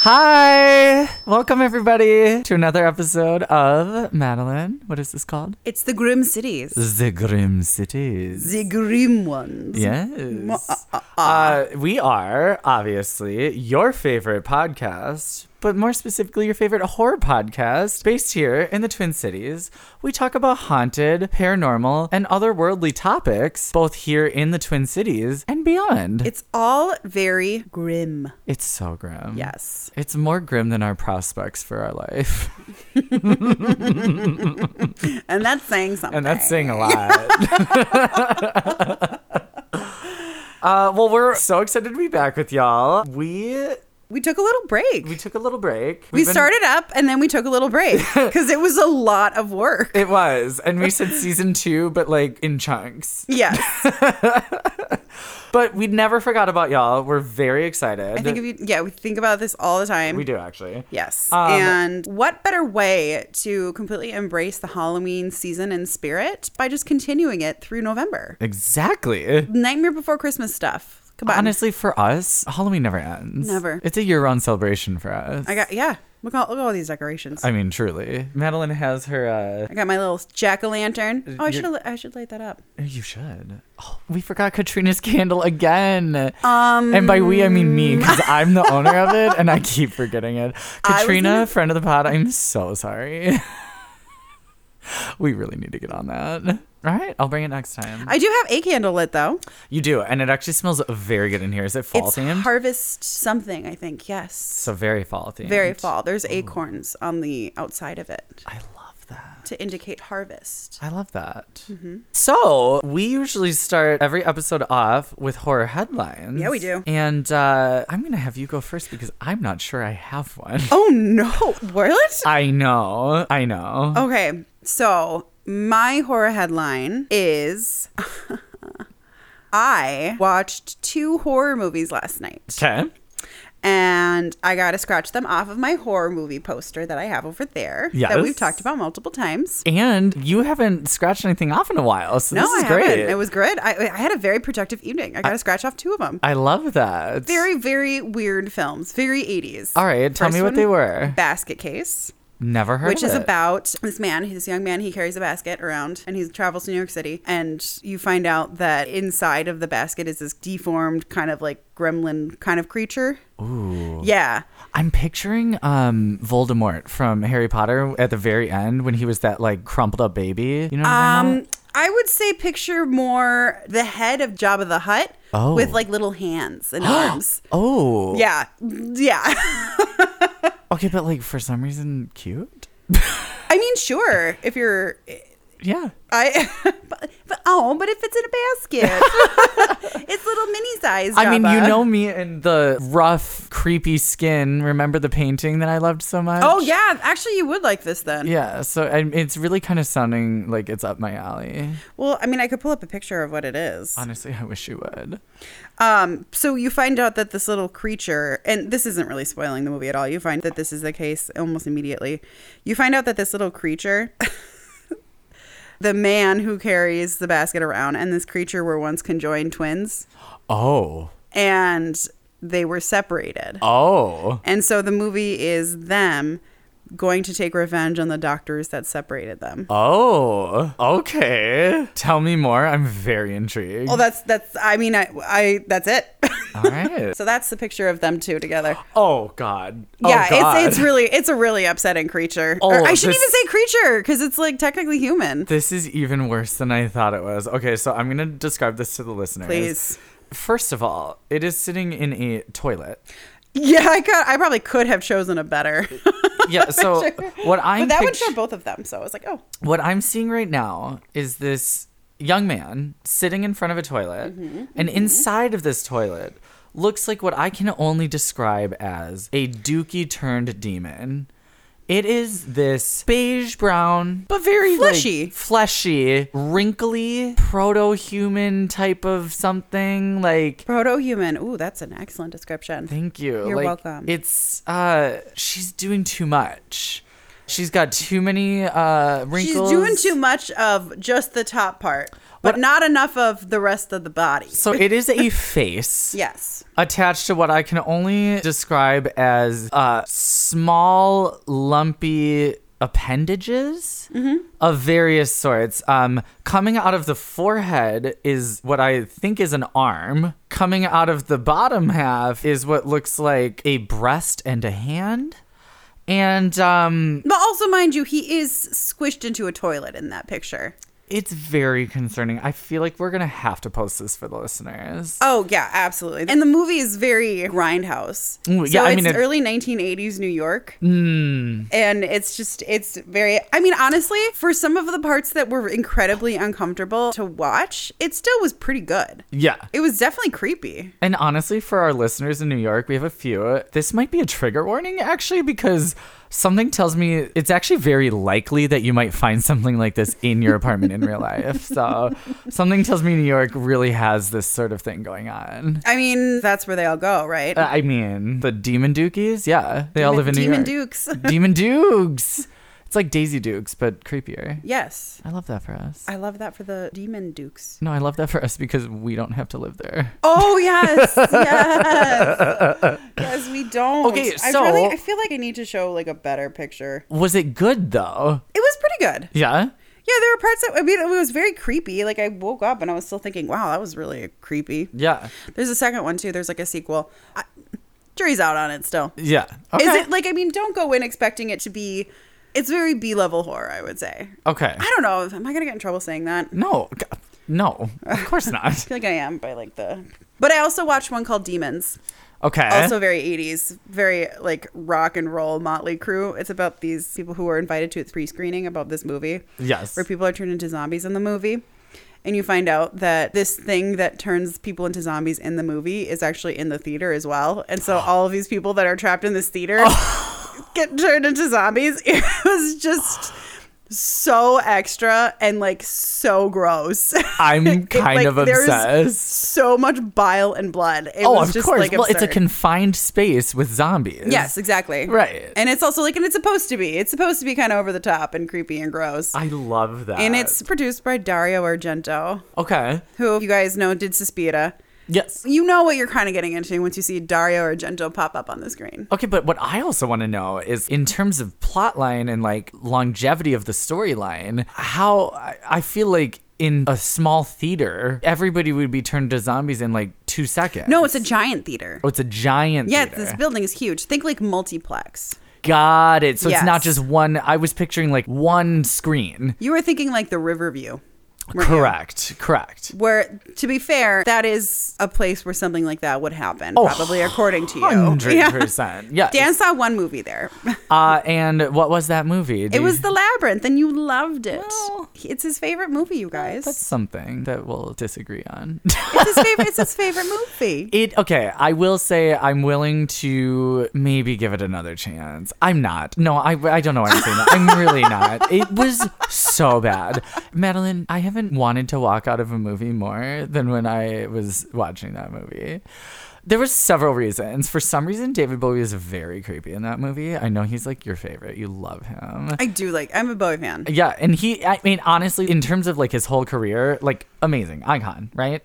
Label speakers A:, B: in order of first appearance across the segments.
A: Hi! Welcome, everybody, to another episode of Madeline. What is this called?
B: It's the Grim Cities.
A: The Grim Cities.
B: The Grim ones.
A: Yes. Uh, we are, obviously, your favorite podcast, but more specifically, your favorite horror podcast based here in the Twin Cities. We talk about haunted, paranormal, and otherworldly topics, both here in the Twin Cities and beyond.
B: It's all very grim.
A: It's so grim.
B: Yes.
A: It's more grim than our prospects for our life.
B: And that's saying something.
A: And that's saying a lot. uh, well, we're so excited to be back with y'all. We
B: we took a little break.
A: we
B: We,
A: took a little break. We've been-
B: started up and then we took a little break because it was a lot of work.
A: It was, and we said season two, but like in chunks.
B: Yes.
A: But we never forgot about y'all. We're very excited.
B: I think if you, yeah, we think about this all the time.
A: we do actually.
B: Yes.
A: Um,
B: and what better way to completely embrace the Halloween season and spirit by just continuing it through November?
A: Exactly.
B: Nightmare Before Christmas stuff. Come on.
A: Honestly, for us, Halloween never ends.
B: Never.
A: It's a year-round celebration for us.
B: I got, yeah. Look at, look at all these decorations.
A: I mean, truly. Madeline has her. uh
B: I got my little jack o' lantern. Oh, I
A: you're-
B: should I should light that up.
A: You should. Oh, we forgot Katrina's candle again.
B: Um,
A: And by we, I mean me, because I'm the owner of it and I keep forgetting it.
B: I was
A: Katrina,
B: gonna-
A: friend of the pod, I'm so sorry. we really need to get on that. All right, I'll bring it next time.
B: I do have a candle lit though.
A: you do, and it actually smells very good in here. Is it fall
B: it's
A: themed?
B: harvest something, I think. Yes,
A: so very fall themed.
B: very fall. There's
A: Oh.
B: acorns on the outside of it
A: I love that.
B: to indicate harvest.
A: I love that.
B: Mm-hmm.
A: So we usually start every episode off with horror headlines.
B: Yeah, we do.
A: And uh, I'm gonna have you go first because I'm not sure I have one.
B: Oh no! What?
A: I know. I know.
B: Okay, so my horror headline is. I watched two horror movies last night
A: Okay.
B: and I got to scratch them off of my horror movie poster that I have over there that we've
A: Yes.
B: talked about multiple times.
A: And you haven't scratched anything off in a while, so this is
B: I
A: great.
B: It was good. I, I had a very productive evening. I got to scratch off two of them.
A: I love that.
B: Very, very weird films. Very 80s.
A: All right, tell me what they were.
B: Basket Case,
A: Never heard
B: which
A: of
B: is
A: it.
B: about this man, this young man, he carries a basket around and he travels to New York City. And you find out that inside of the basket is this deformed, kind of like gremlin kind of creature. Ooh. Yeah.
A: I'm picturing um Voldemort from Harry Potter at the very end when he was that like crumpled up baby. You know what I'm talking
B: Um, I would say picture more the head of Jabba the Hutt
A: Oh.
B: with like little hands and arms.
A: about? Oh.
B: Yeah. Yeah.
A: Okay, but like for some reason cute?
B: I mean, sure, if you're,
A: Yeah.
B: I, but, but oh, but it fits in a basket. it's little mini size.
A: I mean, you
B: Jabba.
A: know me and the rough, creepy skin. Remember the painting that I loved so much?
B: Oh yeah, actually, you would like this then.
A: Yeah, so I, it's really kind of sounding like it's up my alley.
B: Well, I mean, I could pull up a picture of what it is.
A: Honestly, I wish you would.
B: Um, so you find out that this little creature, and this isn't really spoiling the movie at all. You find that this is the case almost immediately. You find out that this little creature. The man who carries the basket around and this creature were once conjoined twins
A: Oh.
B: and they were separated.
A: Oh.
B: And so the movie is them going to take revenge on the doctors that separated them.
A: Oh. Okay. Tell me more. I'm very intrigued.
B: Well, that's that's. I mean, I I that's it.
A: All right.
B: so that's the picture of them two together.
A: Oh God.
B: yeah,
A: oh, God.
B: it's it's really it's a really upsetting creature.
A: Oh,
B: or I shouldn't
A: this-
B: even say creature because it's like technically human.
A: This is even worse than I thought it was. Okay, so I'm gonna describe this to the listeners.
B: Please.
A: First of all, it is sitting in a toilet.
B: Yeah, I could I probably could have chosen a better.
A: Yeah. So what I'm
B: but that would
A: pictu-
B: show both of them. So I was like, oh,
A: what I'm seeing right now is this young man sitting in front of a toilet,
B: Mm-hmm,
A: and inside of this toilet looks like what I can only describe as a dookie turned demon. It is this beige brown, but very like,
B: Fleshy.
A: fleshy, wrinkly, proto human type of something. Like,
B: proto human. Ooh, that's an excellent description.
A: thank you.
B: You're
A: like,
B: welcome.
A: It's, uh, she's doing too much. She's got too many uh,
B: She's
A: wrinkles.
B: doing too much of just the top part. but not enough of the rest of the body.
A: So it is a face
B: Yes.
A: attached to what I can only describe as uh, small, lumpy appendages of various sorts. Um, coming out of the forehead is what I think is an arm. Coming out of the bottom half is what looks like a breast and a hand. And um,
B: But also, mind you, he is squished into a toilet in that picture.
A: it's very concerning. I feel like we're going to have to post this for the listeners.
B: Oh yeah, absolutely. And the movie is very grindhouse.
A: Ooh, yeah,
B: so
A: I
B: it's
A: mean, it- Hmm.
B: early 1980s New York, and it's just it's very. I mean, honestly, for some of the parts that were incredibly uncomfortable to watch, it still was pretty good.
A: Yeah.
B: It was definitely creepy.
A: And honestly, for our listeners in New York, we have a few. This might be a trigger warning, actually, because something tells me it's actually very likely that you might find something like this in your apartment in real life. So something tells me New York really has this sort of thing going on.
B: I mean, that's where they all go, right?
A: Uh, I mean, the Demon Dookies, yeah, they all live in New
B: Demon
A: York.
B: Dukes.
A: Demon Dukes. It's like Daisy Dukes, but creepier.
B: yes,
A: I love that for us.
B: I love that for the Demon Dukes.
A: No, I love that for us because we don't have to live there.
B: Oh yes, yes, yes. We don't.
A: Okay,
B: I, really,
A: so-
B: I feel like I need to show like a better picture.
A: Was it good though?
B: It was pretty good.
A: Yeah.
B: Yeah, there were parts that I mean it was very creepy. Like I woke up and I was still thinking, "Wow, that was really creepy."
A: Yeah.
B: There's a second one too. There's like a sequel. I, jury's out on it still.
A: Yeah. Okay.
B: Is it like I mean, don't go in expecting it to be. It's very B-level horror, I would say.
A: okay.
B: I don't know. Am I gonna get in trouble saying that? I
A: No, g- no, of course not.
B: feel like I am by like the. But I also watched one called Demons.
A: Okay.
B: Also very 80s, very like rock and roll Motley Crew. It's about these people who were invited to a pre-screening about this movie.
A: yes.
B: where people are turned into zombies in the movie. And you find out that this thing that turns people into zombies in the movie is actually in the theater as well. And so all of these people that are trapped in this theater get turned into zombies. It was just so extra and like so gross.
A: I'm kind
B: like,
A: of
B: there's
A: obsessed.
B: so much bile and blood. It
A: Oh,
B: was
A: of
B: just
A: course.
B: like
A: well, it's a
B: absurd.
A: confined space with zombies.
B: Yes, exactly.
A: Right.
B: And it's also like and it's supposed to be. It's supposed to be kind of over the top and creepy and gross.
A: I love that.
B: and it's produced by Dario Argento.
A: okay.
B: who you guys know did Suspiria.
A: Yes.
B: You know what you're kind of getting into once you see Dario Argento pop up on the screen.
A: Okay, but what I also want to know is in terms of plot line and like longevity of the storyline, how I, I feel like in a small theater, everybody would be turned to zombies in like two seconds.
B: No, it's a giant theater.
A: Oh, it's a giant
B: Yeah,
A: theater.
B: this building is huge. Think like multiplex.
A: Got it. So
B: Yes.
A: it's not just one. I was picturing like one screen.
B: You were thinking like the Riverview. weren't you?
A: Correct. Correct.
B: Where, to be fair, that is a place where something like that would happen, probably according to you.
A: Oh, Hundred
B: Yeah.
A: percent. Yes.
B: Dan saw one movie there.
A: Uh, and what was that movie? Do
B: It
A: you-
B: was The Labyrinth, and you loved it.
A: Well-
B: it's his favorite movie, you guys.
A: That's something that we'll disagree on.
B: it's his favorite. It's his favorite movie.
A: it okay. I will say I'm willing to maybe give it another chance. I'm not. No, I I don't know why I'm saying that. I'm really not. It was so bad, Madeline. I haven't wanted to walk out of a movie more than when I was watching that movie. There were several reasons. For some reason, David Bowie is very creepy in that movie. I know he's like your favorite. You love him.
B: I do like. I'm a Bowie fan.
A: Yeah, and he I mean honestly in terms of like his whole career, like amazing icon, right?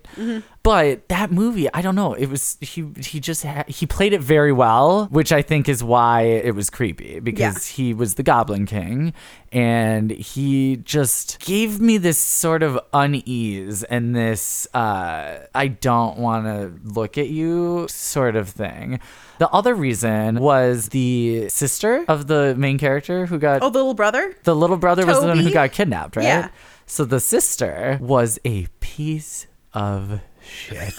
A: But that movie, I don't know, it was he he just ha- he played it very well, which I think is why it was creepy because he was the Goblin King and he just gave me this sort of unease and this uh I don't want to look at you sort of thing. The other reason was the sister of the main character who got
B: Oh, the little brother.
A: the little brother was the one who
B: Toby?
A: got kidnapped, right?
B: Yeah.
A: So the sister was a piece of shit.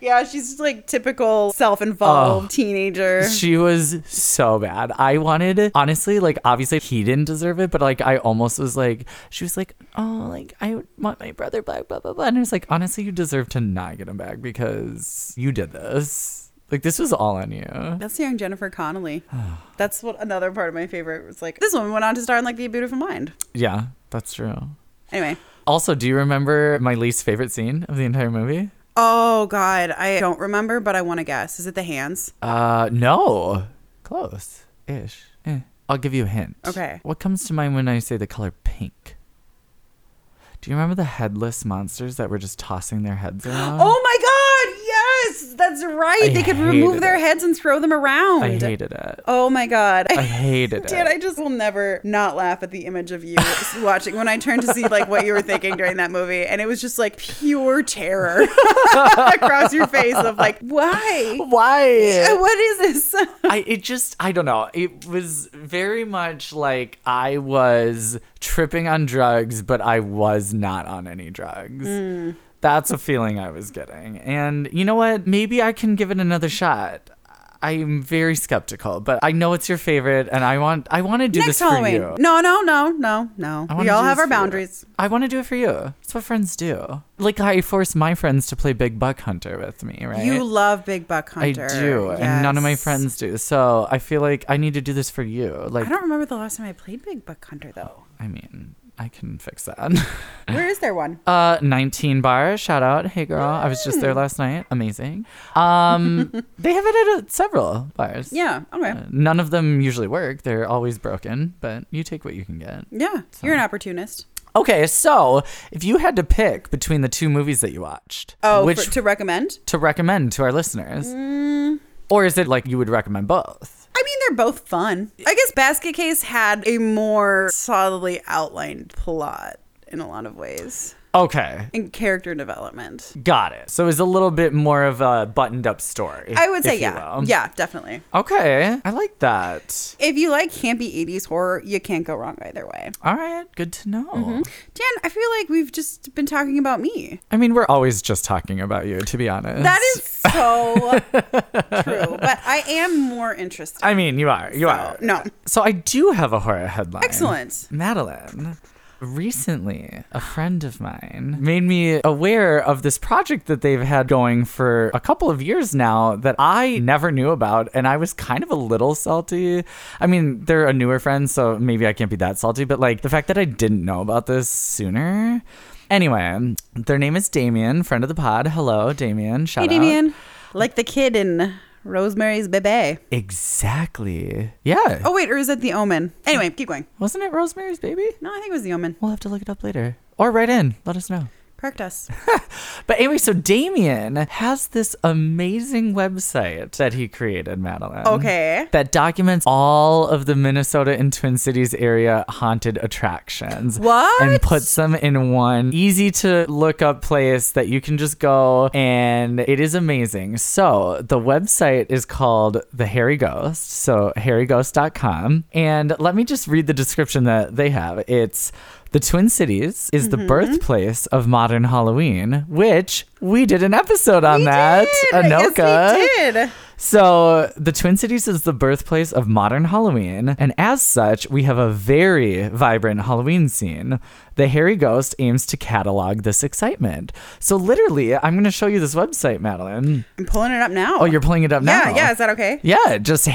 B: Yeah, she's like typical self-involved teenager.
A: Oh. she was so bad. I wanted, honestly, like obviously he didn't deserve it, but like I almost was like, she was like, oh, like I want my brother back, blah blah blah, and I was like, honestly, you deserve to not get him back because you did this. Like this was all on you.
B: That's young Jennifer Connelly.
A: Oh.
B: That's what another part of my favorite was like. This woman went on to star in like The Beautiful Mind.
A: Yeah, that's true.
B: Anyway.
A: Also, do you remember my least favorite scene of the entire movie?
B: Oh God, I don't remember, but I want to guess. Is it the hands?
A: Uh, no. Close ish. Eh. I'll give you a hint.
B: Okay.
A: What comes to mind when I say the color pink? Do you remember the headless monsters that were just tossing their heads around?
B: Oh my god! Yes, that's right.
A: Uh, I
B: they could remove
A: hated
B: their
A: it.
B: heads and throw them around.
A: I hated it.
B: Oh my god!
A: I hated
B: Dude, I
A: it.
B: just will never not laugh at the image of you watching when I turned to see like what you were thinking during that movie, and it was just like pure terror across your face of like, why?
A: Why?
B: What is this?
A: I it just I don't know. It was very much like I was tripping on drugs, but I was not on any drugs.
B: Hmm.
A: That's a feeling I was getting. And you know what? Maybe I can give it another shot. I'm very skeptical, but I know it's your favorite and I want I want to do
B: Next
A: this
B: Halloween?
A: for you.
B: No, no, no, no, no.
A: I
B: We
A: wanna
B: all
A: do
B: have
A: this for
B: our
A: you.
B: boundaries.
A: I want to do it for you. That's what friends do. Like how I force my friends to play Big Buck Hunter with me, right?
B: You love Big Buck
A: I
B: Hunter.
A: do, and none of my
B: Yes.
A: friends do. So I feel like I need to do this for you. Like
B: I don't remember the last time I played Big Buck Hunter though.
A: I mean, I can fix that.
B: Where is there one?
A: Uh, 19 bar, shout out. Hey girl, I was just
B: Hmm.
A: there last night. Amazing. Um, they have it at uh, several bars.
B: Yeah. Okay.
A: Uh, None of them usually work. They're always broken, but you take what you can get.
B: Yeah. You're an opportunist.
A: Okay, so if you had to pick between the two movies that you watched,
B: Oh,
A: which
B: for, to recommend?
A: to recommend to our listeners,
B: Mm.
A: or is it like you would recommend both?
B: I mean, they're both fun. I guess Basket Case had a more solidly outlined plot in a lot of ways
A: Okay,
B: and character development.
A: got it. So it's a little bit more of a buttoned up story.
B: I would say,
A: if you
B: yeah.
A: will.
B: Yeah, definitely.
A: Okay, I like that.
B: If you like campy 80s horror, you can't go wrong either way.
A: All right, good to know.
B: Dan, I feel like we've just been talking about me.
A: I mean, we're always just talking about you, to be honest.
B: That is so true, but I am more interested.
A: I mean, you are. You
B: so-
A: are.
B: No.
A: So I do have a horror headline.
B: Excellent.
A: Madeline. Recently, a friend of mine made me aware of this project that they've had going for a couple of years now that I never knew about, and I was kind of a little salty. I mean, they're a newer friend, so maybe I can't be that salty, but like the fact that I didn't know about this sooner. Anyway, their name is Damien, friend of the pod. Hello, Damien. Shout
B: Hey,
A: out.
B: Damien. Like the kid in Rosemary's Baby.
A: Exactly. Yeah.
B: Oh, wait, or is it The Omen? Anyway, keep going.
A: Wasn't it Rosemary's Baby?
B: No, I think it was The Omen.
A: We'll have to look it up later. Or write in. Let us know.
B: Correct us.
A: But anyway, so Damien has this amazing website that he created, Madeline.
B: Mm-hmm. Okay.
A: That documents all of the Minnesota and Twin Cities area haunted attractions.
B: What?
A: And puts them in one easy to look up place that you can just go and it is amazing. So the website is called The Hairy Ghost. So harryghost.com. And let me just read the description that they have. It's the Twin Cities is
B: Mm-hmm.
A: the birthplace of modern Halloween, which we did an episode on that.
B: did.
A: Anoka.
B: Yes, we did.
A: So, the Twin Cities is the birthplace of modern Halloween, and as such, we have a very vibrant Halloween scene. The Hairy Ghost aims to catalog this excitement. So, literally, I'm going to show you this website, Madeline.
B: I'm pulling it up now.
A: Oh, you're pulling it up
B: yeah,
A: now.
B: yeah. Is that okay?
A: Yeah, just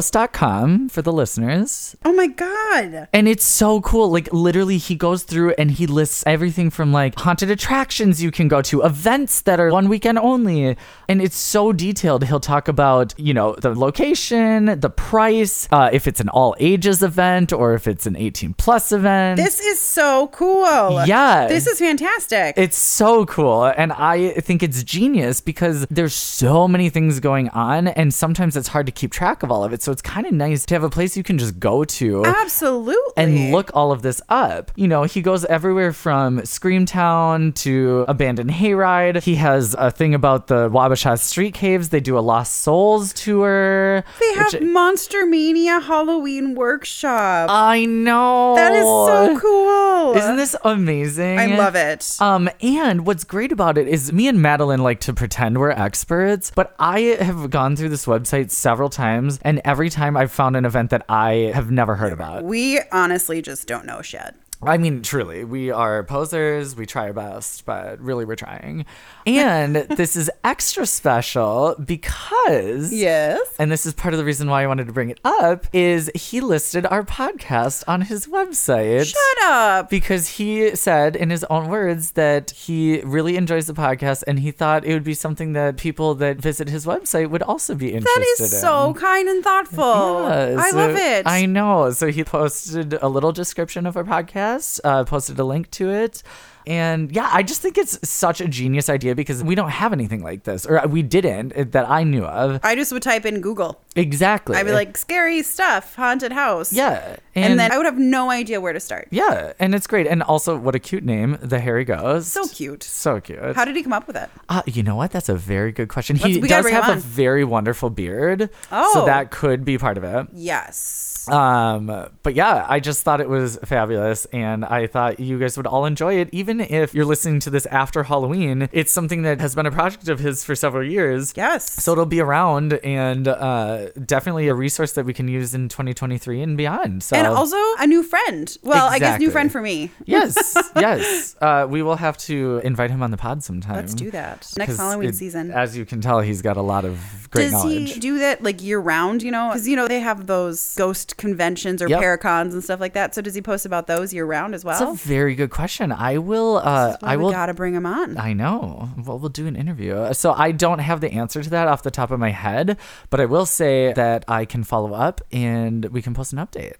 A: hairyghost.com for the listeners.
B: Oh my god.
A: And it's so cool. Like literally he goes through and he lists everything from like haunted attractions you can go to, events that are one weekend only. And it's so detailed. He'll talk about, you know, the location, the price, uh, if it's an all ages event or if it's an 18 plus event.
B: This is so cool.
A: Yeah.
B: This is fantastic.
A: It's so cool. And I think it's genius because there's so many things going on. And sometimes it's hard to keep track of all of it. So it's kind of nice to have a place you can just go to
B: Absolutely.
A: and look all of this up. You know, he goes everywhere from Screamtown to Abandoned Hayride. He has a thing about the Wabasha Street Caves. They do a Lost Souls tour.
B: They have
A: which-
B: Monster Mania Halloween workshop.
A: I know.
B: that is so cool.
A: Oh. Isn't this amazing?
B: I love it.
A: Um, and what's great about it is me and Madeline like to pretend we're experts, but I have gone through this website several times, and every time I've found an event that I have never heard about.
B: we honestly just don't know shit.
A: I mean, truly, we are posers. We try our best, but really, we're trying. And this is extra special because.
B: Yes.
A: And this is part of the reason why I wanted to bring it up is he listed our podcast on his website
B: Shut up.
A: because he said in his own words that he really enjoys the podcast and he thought it would be something that people that visit his website would also be interested
B: That is
A: in.
B: so kind and thoughtful.
A: Yeah,
B: I
A: Oh, so-
B: love it.
A: I know. So he posted a little description of our podcast, uh, posted a link to it. And yeah, I just think it's such a genius idea because we don't have anything like this, or we didn't eh, that I knew of.
B: I just would type in Google.
A: Exactly.
B: I'd be like, scary stuff, haunted house.
A: yeah.
B: And, then I would have no idea where to start.
A: yeah, and it's great. And also, what a cute name, The Hairy Ghost.
B: So cute.
A: So cute.
B: How did he come up with it?
A: Uh, you know what? That's a very good question.
B: Let's-
A: He
B: we
A: does
B: gotta bring him
A: have a
B: on.
A: very wonderful beard.
B: Oh.
A: So that could be part of it.
B: Yes.
A: Um, but yeah, I just thought it was fabulous and I thought you guys would all enjoy it. Even if you're listening to this after Halloween, it's something that has been a project of his for several years.
B: Yes.
A: So it'll be around and uh, definitely a resource that we can use in 2023 and beyond. So
B: and also a new friend. Well, I guess new
A: Exactly.
B: friend for me.
A: yes, yes. Uh, we will have to invite him on the pod sometime.
B: Let's do that. Next
A: 'Cause
B: Halloween
A: it-
B: season.
A: As you can tell, he's got a lot of great
B: Does
A: knowledge.
B: he do that like year round, you know? Because, you know, they have those ghost conventions or
A: Yep.
B: paracons and stuff like that. So does he post about those year round as well?
A: That's a very good question. I will. Uh,
B: That's why
A: I
B: we
A: will. Uh,
B: gotta bring him on.
A: I know. Well, we'll do an interview. Uh, So I don't have the answer to that off the top of my head, but I will say that I can follow up and we can post an update.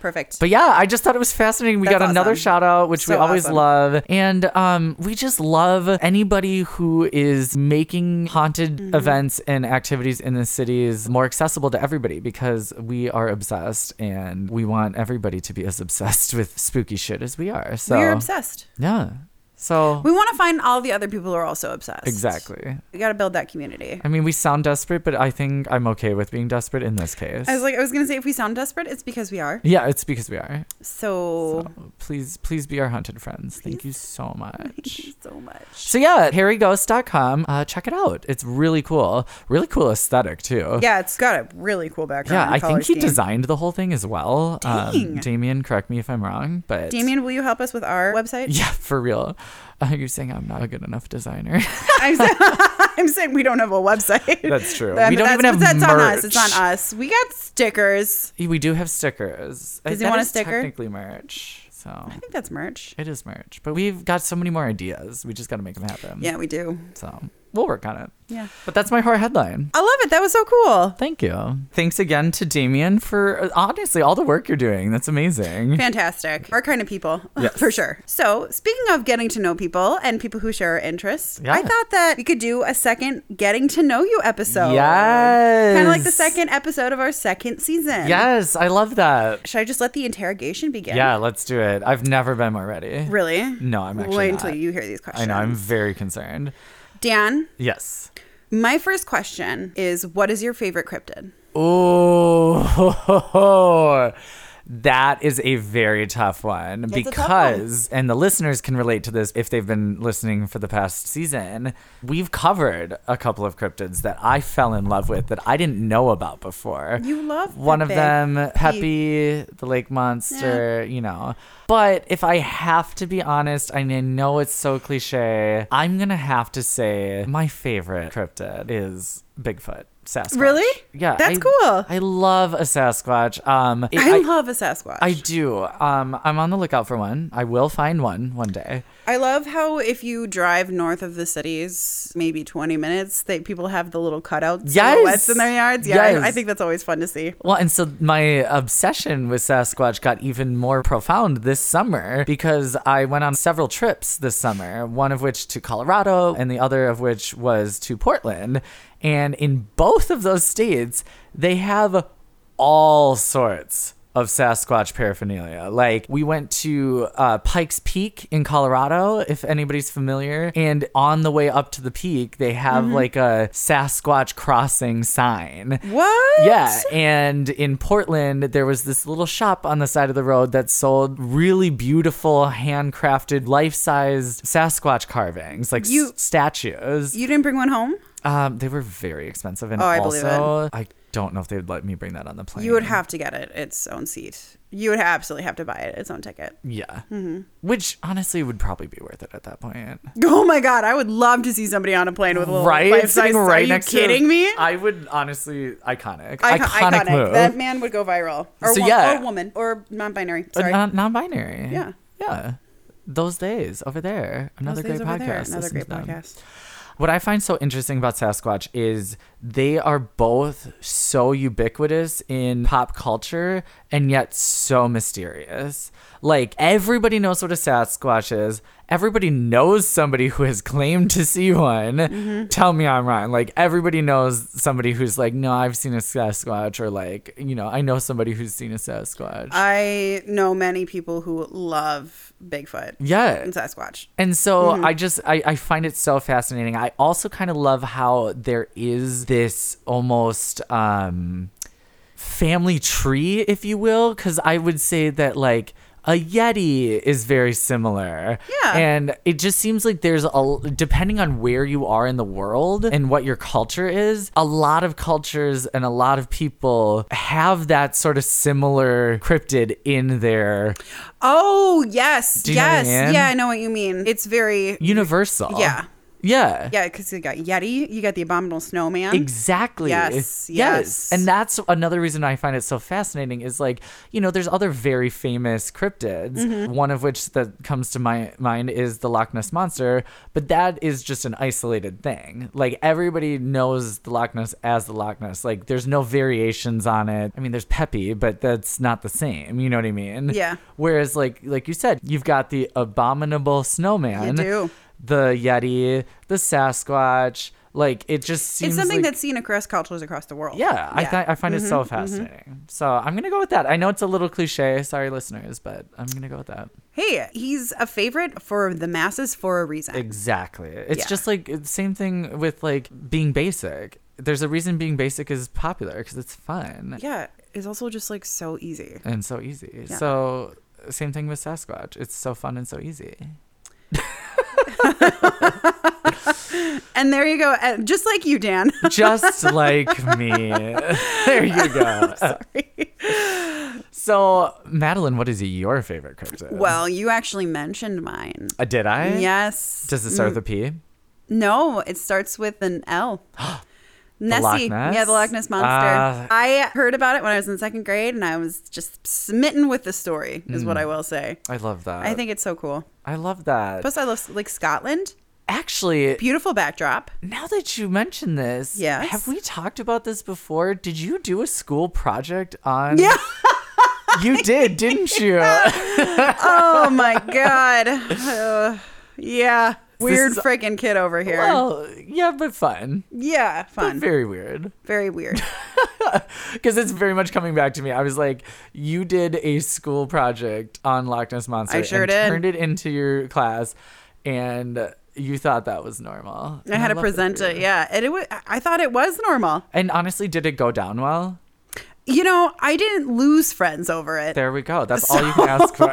B: Perfect.
A: But yeah, I just thought it was fascinating. We
B: Ah. That's
A: got another
B: awesome.
A: shout out, which we
B: So
A: always
B: awesome.
A: love. And um, we just love anybody who is making haunted
B: Mm-hmm.
A: events and activities in the cities more accessible to everybody because we are obsessed and we want everybody to be as obsessed with spooky shit as we are. So
B: We're obsessed.
A: Yeah. So
B: We want to find all the other people who are also obsessed.
A: exactly.
B: We gotta build that community.
A: I mean, we sound desperate, but I think I'm okay with being desperate in this case.
B: I was like, I was gonna say, if we sound desperate, it's because we are.
A: yeah, it's because we are.
B: So,
A: So please, please be our haunted friends. Thank you so much.
B: so much.
A: So yeah, harryghost.com. Uh, check it out. It's really cool. Really cool aesthetic too.
B: Yeah, it's got a really cool background.
A: Yeah,
B: and
A: I
B: color
A: think he
B: scheme.
A: designed the whole thing as well. Um,
B: Dang.
A: Damien, correct me if I'm wrong, but
B: Damien, will you help us with our website?
A: Yeah, for real. Uh, you're saying I'm not a good enough designer.
B: I'm, saying, I'm saying we don't have a website.
A: That's true.
B: I
A: We
B: mean,
A: don't
B: that's,
A: even have
B: but that's on us. It's on
A: merch.
B: us. We got stickers.
A: we do have stickers. Uh,
B: Does he
A: That
B: want a
A: is
B: sticker?
A: Technically merch. So
B: I think that's merch.
A: it is merch, but we've got so many more ideas. We just got to make them happen.
B: Yeah, we do.
A: So we'll work on it.
B: Yeah.
A: But that's my horror headline.
B: I love it. That was so cool.
A: Thank you. Thanks again to Damien for uh, honestly all the work you're doing. That's amazing.
B: Fantastic. Our kind of people,
A: Yes.
B: for sure. So, speaking of getting to know people and people who share our interests,
A: Yeah.
B: I thought that we could do a second getting to know you episode.
A: Yes.
B: Kind of like the second episode of our second season.
A: Yes, I love that.
B: Should I just let the interrogation begin?
A: Yeah, let's do it. I've never been more ready.
B: Really?
A: No, I'm actually
B: Wait until
A: not.
B: you hear these questions.
A: I know. I'm very concerned.
B: Dan,
A: Yes.
B: my first question is what is your favorite cryptid?
A: Oh, that is a very tough one
B: a tough one.
A: because, and the listeners can relate to this if they've been listening for the past season. We've covered a couple of cryptids that I fell in love with that I didn't know about before.
B: You love
A: one of
B: Pepe.
A: them,
B: Peep.
A: Peppy, the lake monster, you know. But if I have to be honest, and I know it's so cliche, I'm gonna have to say my favorite cryptid is Bigfoot. Sasquatch.
B: Really?
A: Yeah.
B: That's
A: I-
B: cool.
A: I love a Sasquatch. Um, it-
B: I,
A: I,
B: love a Sasquatch.
A: I do. Um, I'm on the lookout for one. I will find one one day.
B: I love how if you drive north of the cities, maybe 20 minutes, that people have the little cutouts
A: Yes.
B: silhouettes in their yards. Yeah, I-
A: Yes.
B: I, think that's always fun to see.
A: Well, and so my obsession with Sasquatch got even more profound this summer because I went on several trips this summer, one of which to Colorado and the other of which was to Portland. And in both of those states, they have all sorts of Sasquatch paraphernalia. Like we went to uh, Pikes Peak in Colorado, if anybody's familiar, and on the way up to the peak, they have like a Sasquatch crossing sign.
B: What?
A: Yeah, and in Portland, there was this little shop on the side of the road that sold really beautiful, handcrafted, life-sized Sasquatch carvings, like
B: You-
A: s- statues.
B: You didn't bring one home?
A: um, they were very expensive, and
B: Oh, I believe
A: also I don't know if they would let me bring that on the plane.
B: You would have to get it its own seat. You would absolutely have to buy it its own ticket.
A: yeah,
B: Mm-hmm.
A: which honestly would probably be worth it at that point.
B: Oh my God, I would love to see somebody on a plane with a little
A: Right,
B: life size.
A: sitting
B: Are
A: right
B: you
A: next
B: kidding
A: to,
B: me?
A: I would honestly iconic,
B: Icon-
A: iconic, move.
B: That man would go viral. Or,
A: So
B: wo-
A: yeah.
B: or woman. Or non binary.
A: Uh,
B: Sorry.
A: Non- non-binary.
B: Yeah.
A: Yeah. Those days over there. Another
B: Those
A: great
B: days over
A: podcast.
B: there. Another
A: Listen
B: great
A: to them.
B: podcast.
A: What I find so interesting about Sasquatch is they are both so ubiquitous in pop culture and yet so mysterious. Like everybody knows what a Sasquatch is. everybody knows somebody who has claimed to see one.
B: Mm-hmm.
A: Tell me I'm wrong. Like everybody knows somebody who's like, no, I've seen a Sasquatch, or like, you know, I know somebody who's seen a Sasquatch.
B: Uh, I know many people who love Bigfoot
A: yeah.
B: and Sasquatch.
A: And so
B: Mm-hmm.
A: I just I, I find it so fascinating. I also kind of love how there is this almost um family tree, if you will, because I would say that like a Yeti is very similar.
B: Yeah.
A: And it just seems like there's a, depending on where you are in the world and what your culture is, a lot of cultures and a lot of people have that sort of similar cryptid in their
B: Oh yes,
A: Do you know what I
B: yes,
A: mean?
B: yeah. I know what you mean. It's very
A: universal.
B: Yeah.
A: Yeah.
B: yeah, because you got Yeti, you got the abominable snowman.
A: Exactly.
B: Yes, yes.
A: And that's another reason I find it so fascinating is like, you know, there's other very famous cryptids,
B: Mm-hmm.
A: one of which that comes to my mind is the Loch Ness monster, but that is just an isolated thing. Like everybody knows the Loch Ness as the Loch Ness. Like there's no variations on it. I mean, there's Peppy, but that's not the same, you know what I mean?
B: Yeah.
A: Whereas like like you said, you've got the abominable snowman,
B: You do.
A: the Yeti, the Sasquatch, like it just seems
B: it's something Mm-hmm.
A: like-
B: that's seen across cultures across the world.
A: yeah, I, th- I find it so fascinating. So I'm gonna go with that. I know it's a little cliche, sorry listeners, but I'm gonna go with that.
B: hey, he's a favorite for the masses for a reason.
A: Exactly. It's
B: Yeah.
A: just like it's same thing with like being basic. There's a reason being basic is popular because it's fun
B: yeah, it's also just like so easy.
A: and so easy.
B: Yeah.
A: So same thing with Sasquatch. It's so fun and so easy.
B: And there you go. Uh, Just like you, Dan.
A: Just like me. there you go.
B: Sorry.
A: So Madeline, what is your favorite cryptid?
B: well, you actually mentioned mine.
A: Uh, did I?
B: Yes. Mm.
A: Does it start with a P?
B: No, it starts with an L. Nessie.
A: Loch
B: Yeah, the Loch
A: Ness?
B: Ness Monster.
A: Ah.
B: I heard about it when I was in second grade and I was just smitten with the story, is what I
A: Mm.
B: will say.
A: I love that.
B: I think it's so cool.
A: I love that.
B: Plus, I love like Scotland.
A: Actually,
B: Beautiful backdrop.
A: now that you mention this,
B: Yes.
A: have we talked about this before? Did you do a school project on?
B: Yeah.
A: you did, didn't you?
B: Oh my God. Uh, yeah. Weird
A: is-
B: freaking kid over here.
A: Well, yeah, but fun,
B: yeah.
A: but
B: Fun.
A: very weird
B: Very weird.
A: because it's very much coming back to me. I was like, you did a school project on Loch Ness monster.
B: I sure
A: and
B: did.
A: Turned it into your class, and you thought that was normal.
B: I had to
A: love that
B: present
A: for you.
B: it. Yeah. And it was, I thought it was normal.
A: And honestly, did it go down well?
B: You know, I didn't lose friends over it.
A: There we go. That's all you can ask for.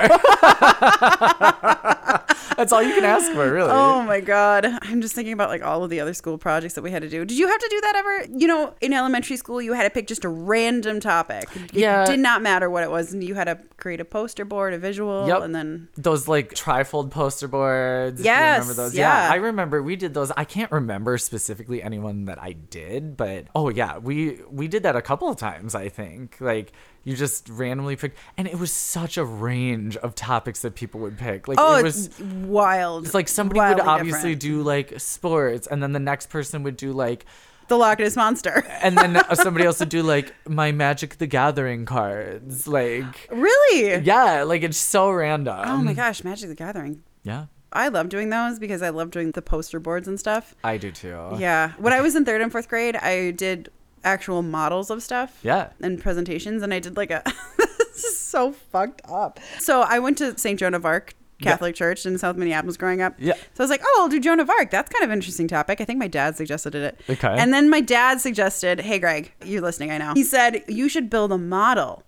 A: That's all you can ask for, really.
B: Oh my god. I'm just thinking about like all of the other school projects that we had to do. Did you have to do that ever? You know, in elementary school you had to pick just a random topic. It
A: Yeah.
B: did not matter what it was. And you had to create a poster board, a visual,
A: Yep.
B: and then
A: Those like trifold poster boards. if you remember
B: Yes,
A: those? Yeah.
B: yeah.
A: I remember we did those. I can't remember specifically anyone that I did, but oh yeah, we we did that a couple of times. I think like you just randomly picked, and it was such a range of topics that people would pick. Like
B: Oh,
A: it was.
B: it's wild.
A: It's like somebody would
B: Wildly
A: obviously
B: different.
A: do like sports, and then the next person would do like
B: The Loch Ness monster.
A: and then uh, somebody else would do like my Magic the Gathering cards. Like,
B: really?
A: yeah, like it's so random.
B: Oh my gosh, Magic the Gathering.
A: Yeah,
B: I love doing those because I love doing the poster boards and stuff.
A: I do too.
B: Yeah. When I was in third and fourth grade, I did actual models of stuff.
A: Yeah.
B: And presentations, and I did like a. this is so fucked up. So I went to St. Joan of Arc
A: Yeah.
B: Catholic Church in South Minneapolis growing up.
A: Yeah.
B: So I was like, oh, I'll do Joan of Arc. That's kind of an interesting topic. I think my dad suggested it.
A: Okay.
B: And then my dad suggested, hey, Greg, you're listening, I know. He said, you should build a model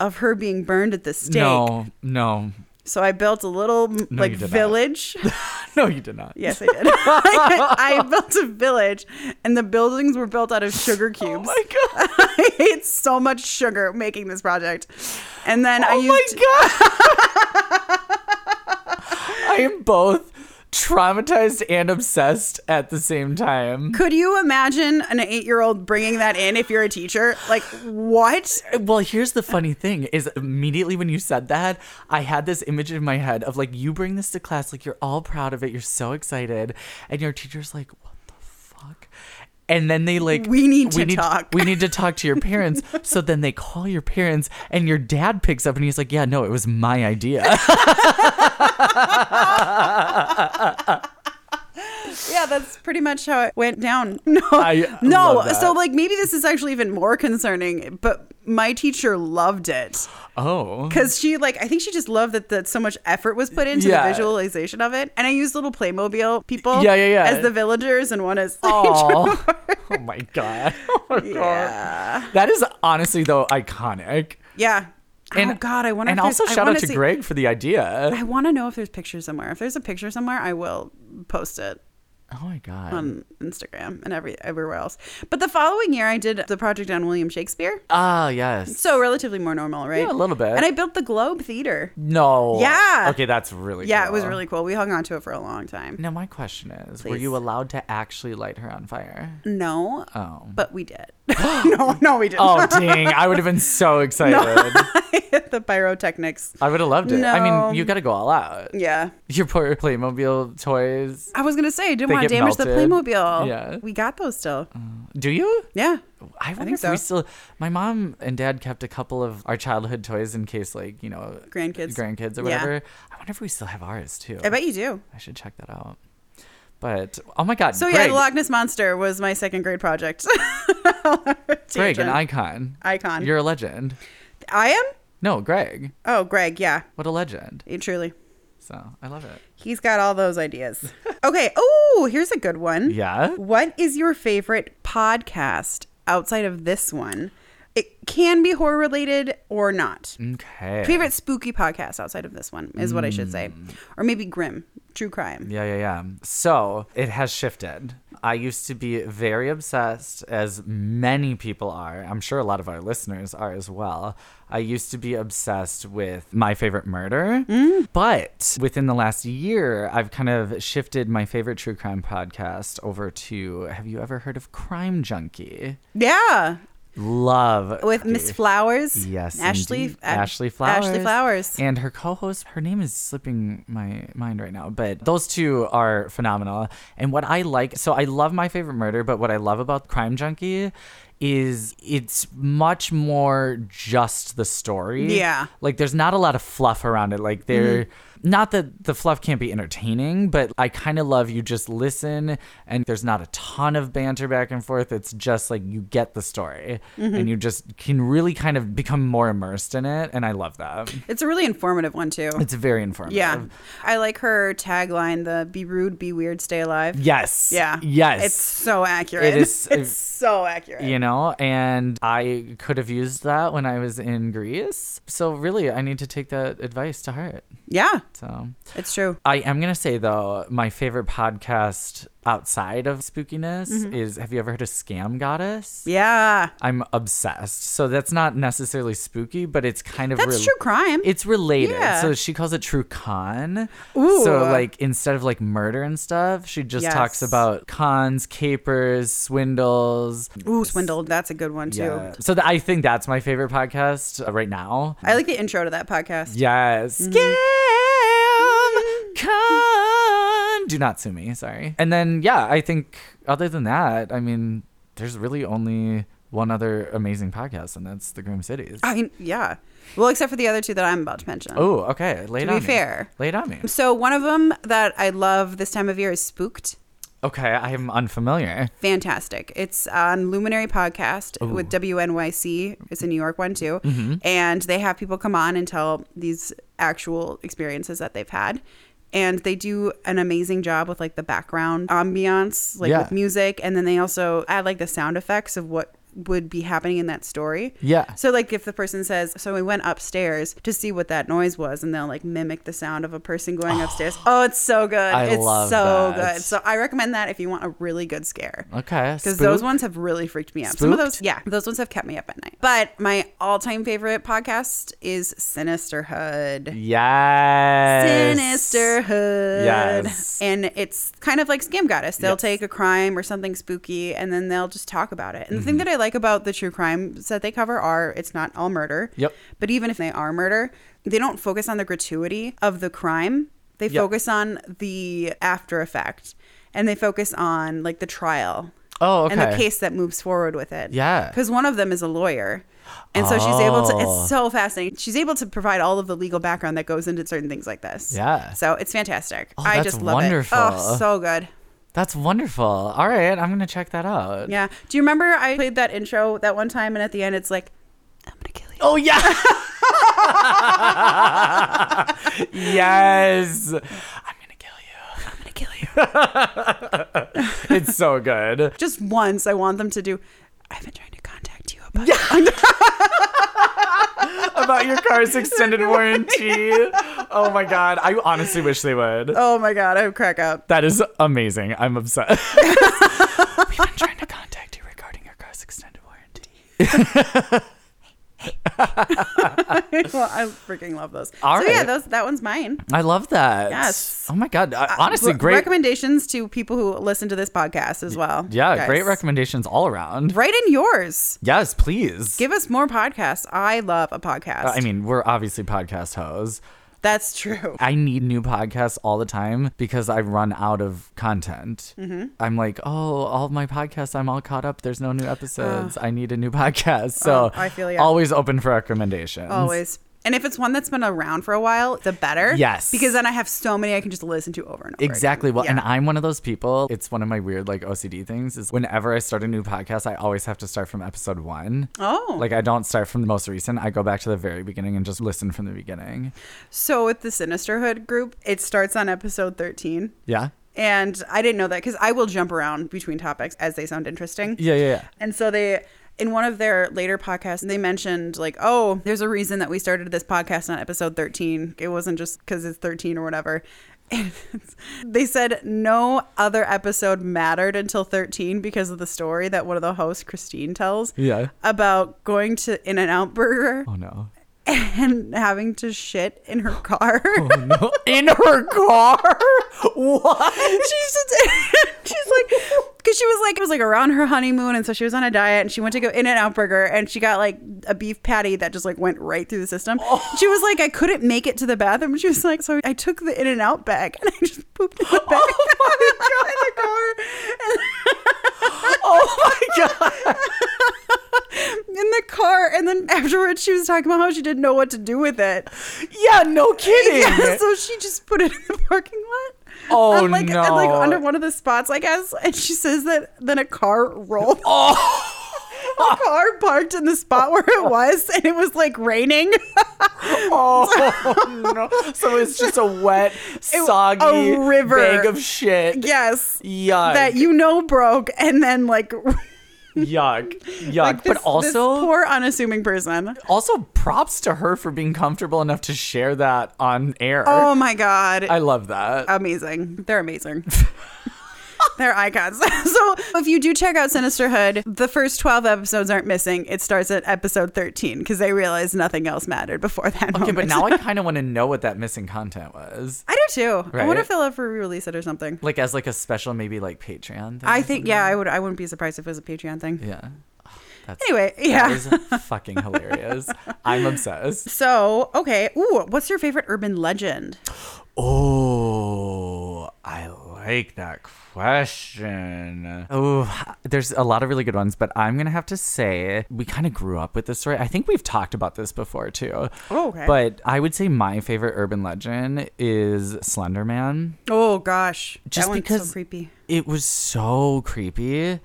B: of her being burned at the stake.
A: No, no,
B: So I built a little like
A: you did not.
B: village.
A: no, you did not.
B: Yes, I did. I built a village, and the buildings were built out of sugar
A: Oh
B: cubes.
A: my god!
B: I ate so much sugar making this project, and then I
A: Oh my
B: used
A: god! I am both traumatized and obsessed at the same time.
B: could you imagine an eight-year-old bringing that in if you're a teacher? Like what?
A: Well, here's the funny thing is immediately when you said that, I had this image in my head of like you bring this to class, like you're all proud of it, you're so excited, and your teacher's like, What the fuck? And then they like
B: We need to talk.
A: We need to talk to your parents. so then they call your parents and your dad picks up and he's like, Yeah, no, it was my idea.
B: yeah, that's pretty much how it went down. No,
A: I
B: no.
A: love that.
B: So like maybe this is actually even more concerning. But my teacher loved it
A: Oh.
B: because she like I think she just loved that that so much effort was put into
A: Yeah.
B: the visualization of it. And I used little Playmobil people,
A: Yeah, yeah, yeah.
B: as the villagers and one as
A: Aw. oh my god. Oh my
B: yeah,
A: god. That is honestly though iconic.
B: yeah. oh God, I want
A: And also shout out to Greg for the idea.
B: I want to know if there's pictures somewhere. If there's a picture somewhere, I will post it.
A: Oh my god.
B: on Instagram and every everywhere else. But the following year, I did the project on William Shakespeare,
A: ah yes.
B: so relatively more normal, right?
A: Yeah, a little bit.
B: And I built the Globe Theater.
A: No.
B: Yeah.
A: Okay, that's really.
B: Yeah, it was
A: cool.
B: really cool. We hung on to it for a long time.
A: Now my question is, were
B: Please.
A: you allowed to actually light her on fire?
B: No,
A: Oh.
B: but we did. no, no, we didn't.
A: Oh dang! I would have been so excited.
B: the pyrotechnics.
A: I would have loved it. I
B: No.
A: mean, you got to go all out.
B: Yeah.
A: Your poor Playmobil toys.
B: I was gonna say I didn't
A: They
B: want to
A: get
B: damage the
A: melted.
B: Playmobil.
A: Yeah. Mm.
B: We got those still.
A: Do you?
B: Yeah.
A: I wonder
B: think
A: if
B: so.
A: we still. My mom and dad kept a couple of our childhood toys in case, like you know,
B: Grandkids.
A: grandkids or
B: Yeah.
A: whatever. I wonder if we still have ours too.
B: I bet you do.
A: I should check that out. But oh my god,
B: So yeah,
A: Greg,
B: the Loch Ness Monster was my second grade project.
A: Greg, an
B: Tangent.
A: icon.
B: Icon.
A: You're a legend.
B: I am?
A: No, Greg,
B: Oh, Greg, yeah.
A: what a legend.
B: Truly.
A: So I love it.
B: He's got all those ideas. Okay. Oh, here's a good one.
A: Yeah.
B: What is your favorite podcast outside of this one? It can be horror related or not.
A: Okay. Mm.
B: Favorite spooky podcast outside of this one is what I should say. Or maybe grim, true crime.
A: Yeah, yeah, yeah. So it has shifted. I used to be very obsessed, as many people are. I'm sure a lot of our listeners are as well. I used to be obsessed with my favorite murder.
B: Mm.
A: But within the last year, I've kind of shifted my favorite true crime podcast over to have you ever heard of Crime Junkie?
B: Yeah.
A: Love.
B: With
A: Crime
B: Miss Flowers.
A: Yes,
B: Ashley
A: indeed.
B: A-
A: Ashley Flowers,
B: Ashley Flowers.
A: and her co-host. Her name is slipping my mind right now, but those two are phenomenal. And what I like, so I love my favorite murder, but what I love about Crime Junkie is it's much more just the story.
B: Yeah.
A: like there's not a lot of fluff around it. Like they're not that the fluff can't be entertaining, but I kind of love you just listen and there's not a ton of banter back and forth. It's just like you get the story and you just can really kind of become more immersed in it. And I love that.
B: It's a really informative one too.
A: It's very informative.
B: Yeah. I like her tagline, the be rude, be weird, stay alive.
A: Yes.
B: Yeah.
A: Yes.
B: It's so accurate.
A: It is- uh,
B: it's so accurate.
A: you know, and I could have used that when I was in Greece. So really, I need to take that advice to heart.
B: Yeah,
A: So
B: it's true.
A: I am gonna say though, my favorite podcast outside of spookiness
B: Mm-hmm.
A: is Have you ever heard of Scam Goddess?
B: Yeah.
A: I'm obsessed. So that's not necessarily spooky, but it's kind of
B: That's
A: rel-
B: true crime.
A: It's related.
B: Yeah.
A: So she calls it true con.
B: Ooh.
A: So like instead of like murder and stuff, she just
B: Yes.
A: talks about cons, capers, swindles.
B: Ooh, swindled. That's a good one too.
A: Yeah. So th- I think that's my favorite podcast uh, right now.
B: I like the intro to that podcast.
A: Yes.
B: Mm-hmm.
A: Scam
B: Mm-hmm.
A: con. Do not sue me. Sorry. And then yeah, I think other than that, I mean, there's really only one other amazing podcast, and that's The Grim Cities.
B: I mean, yeah. Well, except for the other two that I'm about to mention.
A: Oh, okay. Lay it
B: To be
A: on me.
B: fair.
A: Lay it on me.
B: So one of them that I love this time of year is Spooked.
A: Okay, I am unfamiliar.
B: Fantastic. It's on Luminary Podcast with WNYC. It's a New York one too.
A: Mm-hmm.
B: And they have people come on and tell these actual experiences that they've had. And they do an amazing job with like the background ambiance, like
A: Yeah.
B: with music. And then they also add like the sound effects of what would be happening in that story.
A: Yeah.
B: So like if the person says, so we went upstairs to see what that noise was and they'll like mimic the sound of a person going upstairs. Oh, it's so good.
A: I
B: it's
A: love
B: so
A: that.
B: good. So I recommend that if you want a really good scare.
A: Okay.
B: Because those
A: spooked.
B: ones have really freaked me out. Some of those,
A: Spooked?
B: yeah, those ones have kept me up at night. But my all time favorite podcast is Sinisterhood.
A: Yes.
B: Sinisterhood.
A: Yes.
B: And it's kind of like Scam Goddess. They'll take a crime or something spooky and then they'll just talk about it. And the thing
A: Mm-hmm.
B: that I like about the true crimes that they cover are it's not all murder.
A: Yep.
B: But even if they are murder, they don't focus on the gratuity of the crime. They
A: Yep.
B: focus on the after effect and they focus on like the trial
A: Oh, okay.
B: and the case that moves forward with it.
A: Yeah.
B: Because one of them is a lawyer. And so she's able to,
A: Oh.
B: it's so fascinating. She's able to provide all of the legal background that goes into certain things like this.
A: Yeah.
B: So it's fantastic.
A: Oh,
B: I
A: that's
B: just love
A: wonderful.
B: it. Oh, so good.
A: That's wonderful. All right, I'm gonna check that out.
B: Yeah. Do you remember I played that intro that one time and at the end it's like, I'm going to kill you.
A: Oh yeah. yes. I'm gonna kill
B: I'm going to kill you.
A: you. It's so good.
B: just once, I want them to do, I've been trying to contact you about
A: About your car's extended warranty. Oh my god. I honestly wish they would.
B: Oh my God, I would crack up.
A: That is amazing. I'm upset. We've been trying to contact you regarding your car's extended warranty.
B: well, I freaking love those.
A: All
B: so yeah,
A: right.
B: those, that one's mine.
A: I love that.
B: Yes.
A: Oh my god. I- Honestly,
B: Re-
A: great.
B: recommendations to people who listen to this podcast as well.
A: yeah,
B: guys.
A: great recommendations all around.
B: Write in yours.
A: Yes, please.
B: Give us more podcasts. I love a podcast.
A: Uh, I mean, we're obviously podcast hoes.
B: that's true.
A: I need new podcasts all the time because I run out of content.
B: Mm-hmm.
A: I'm like, oh, all of my podcasts, I'm all caught up. There's no new episodes. I need a new podcast. So
B: Oh, I feel ya.
A: always open for recommendations.
B: Always. And if it's one that's been around for a while, the better.
A: Yes.
B: Because then I have so many I can just listen to over and over.
A: Exactly.
B: again.
A: Well,
B: Yeah.
A: and I'm one of those people. It's one of my weird like OCD things is whenever I start a new podcast, I always have to start from episode one.
B: Oh.
A: Like I don't start from the most recent. I go back to the very beginning and just listen from the beginning.
B: so with the Sinisterhood group, it starts on episode 13.
A: Yeah.
B: And I didn't know that because I will jump around between topics as they sound interesting.
A: Yeah. Yeah. yeah.
B: And so they, in one of their later podcasts, they mentioned like, oh, there's a reason that we started this podcast on episode 13. It wasn't just because it's 13 or whatever. And they said no other episode mattered until 13 because of the story that one of the hosts, Christine, tells
A: Yeah.
B: about going to In N Out Burger
A: Oh no.
B: and having to shit in her car.
A: no. In her car? What?
B: she's just she's like because she was like it was like around her honeymoon and so she was on a diet and she went to go in and out burger and she got like a beef patty that just like went right through the system
A: Oh.
B: she was like i couldn't make it to the bathroom she was like so i took the in and out bag and i just pooped in the bag in the car and
A: Oh my god.
B: in the car and then afterwards she was talking about how she didn't know what to do with it
A: Yeah, no kidding.
B: yeah, so she just put it in the parking lot
A: Oh,
B: on, like,
A: no.
B: on, like under one of the spots i guess and she says that then a car rolled
A: oh.
B: a car parked in the spot where it was and it was like raining
A: Oh no. So it's just a wet, soggy
B: a river.
A: bag of shit.
B: yes
A: Yuck.
B: that you know broke and then like
A: yuck. Yuck.
B: like this,
A: but also
B: this poor unassuming person
A: also props to her for being comfortable enough to share that on air.
B: oh my god
A: I love that.
B: amazing they're amazing They're icons. so if you do check out Sinisterhood, the first 12 episodes aren't missing. It starts at episode 13 because they realized nothing else mattered before that.
A: okay, but now I kind of want to know what that missing content was.
B: I do too. I
A: Right.
B: wonder if they'll ever re release it or something.
A: Like as like a special maybe like Patreon thing.
B: I think, yeah, I, would, I wouldn't be surprised if it was a Patreon thing.
A: Yeah. That's
B: Anyway, yeah.
A: That is fucking hilarious. I'm obsessed.
B: So, okay. Ooh, what's your favorite urban legend?
A: Oh, I like that question. Oh, there's a lot of really good ones, but I'm going to have to say we kind of grew up with this story. I think we've talked about this before too.
B: Oh, okay.
A: But I would say my favorite urban legend is Slender Man.
B: Oh gosh,
A: Just
B: that one's
A: because-
B: so creepy.
A: It was so creepy.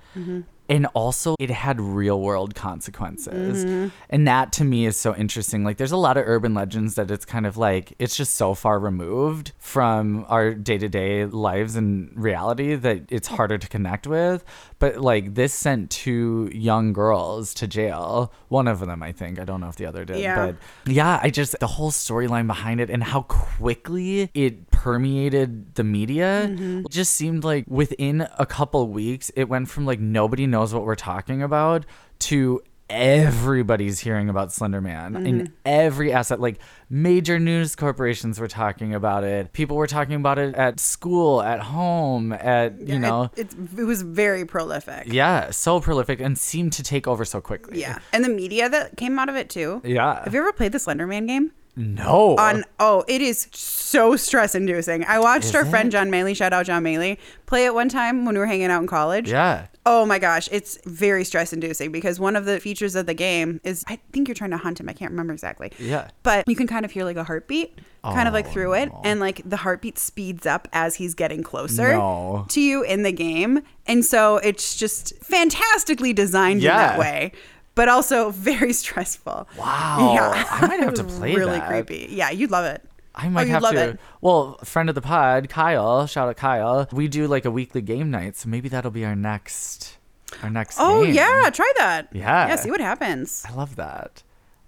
A: And also, it had real world consequences. And that to me is so interesting. Like, there's a lot of urban legends that it's kind of like, it's just so far removed from our day to day lives and reality that it's harder to connect with. But like, this sent two young girls to jail. One of them, I think. I don't know if the other did.
B: Yeah.
A: But yeah, I just the whole storyline behind it and how quickly it permeated the media
B: Mm-hmm.
A: it just seemed like within a couple weeks it went from like nobody knows what we're talking about to everybody's hearing about Slender Man
B: Mm-hmm.
A: in every asset like major news corporations were talking about it people were talking about it at school at home at you
B: It-
A: know
B: it's it was very prolific.
A: yeah so prolific and seemed to take over so quickly
B: Yeah, and the media that came out of it too.
A: yeah
B: Have you ever played the Slender Man game?
A: no
B: On oh, it is so stress inducing. I watched
A: Is
B: our
A: it?
B: friend John Maley, shout out John Maley, play it one time when we were hanging out in college.
A: yeah
B: Oh my gosh, it's very stress inducing because one of the features of the game is I think you're trying to hunt him. I can't remember exactly.
A: Yeah.
B: But you can kind of hear like a heartbeat kind of like
A: Oh,
B: through it
A: no.
B: and like the heartbeat speeds up as he's getting closer
A: No.
B: to you in the game. And so it's just fantastically designed in
A: Yeah.
B: that way. But also very stressful.
A: Wow. I might have to
B: It's
A: play
B: really
A: that.
B: creepy. Yeah, you'd love it.
A: I
B: Oh,
A: might
B: you'd
A: have
B: love
A: to.
B: it.
A: Well, friend of the pod, Kyle. Shout out Kyle. We do like a weekly game night, so maybe that'll be our next, our next.
B: Oh
A: game.
B: yeah, try that.
A: Yeah.
B: Yeah, see what happens.
A: I love that.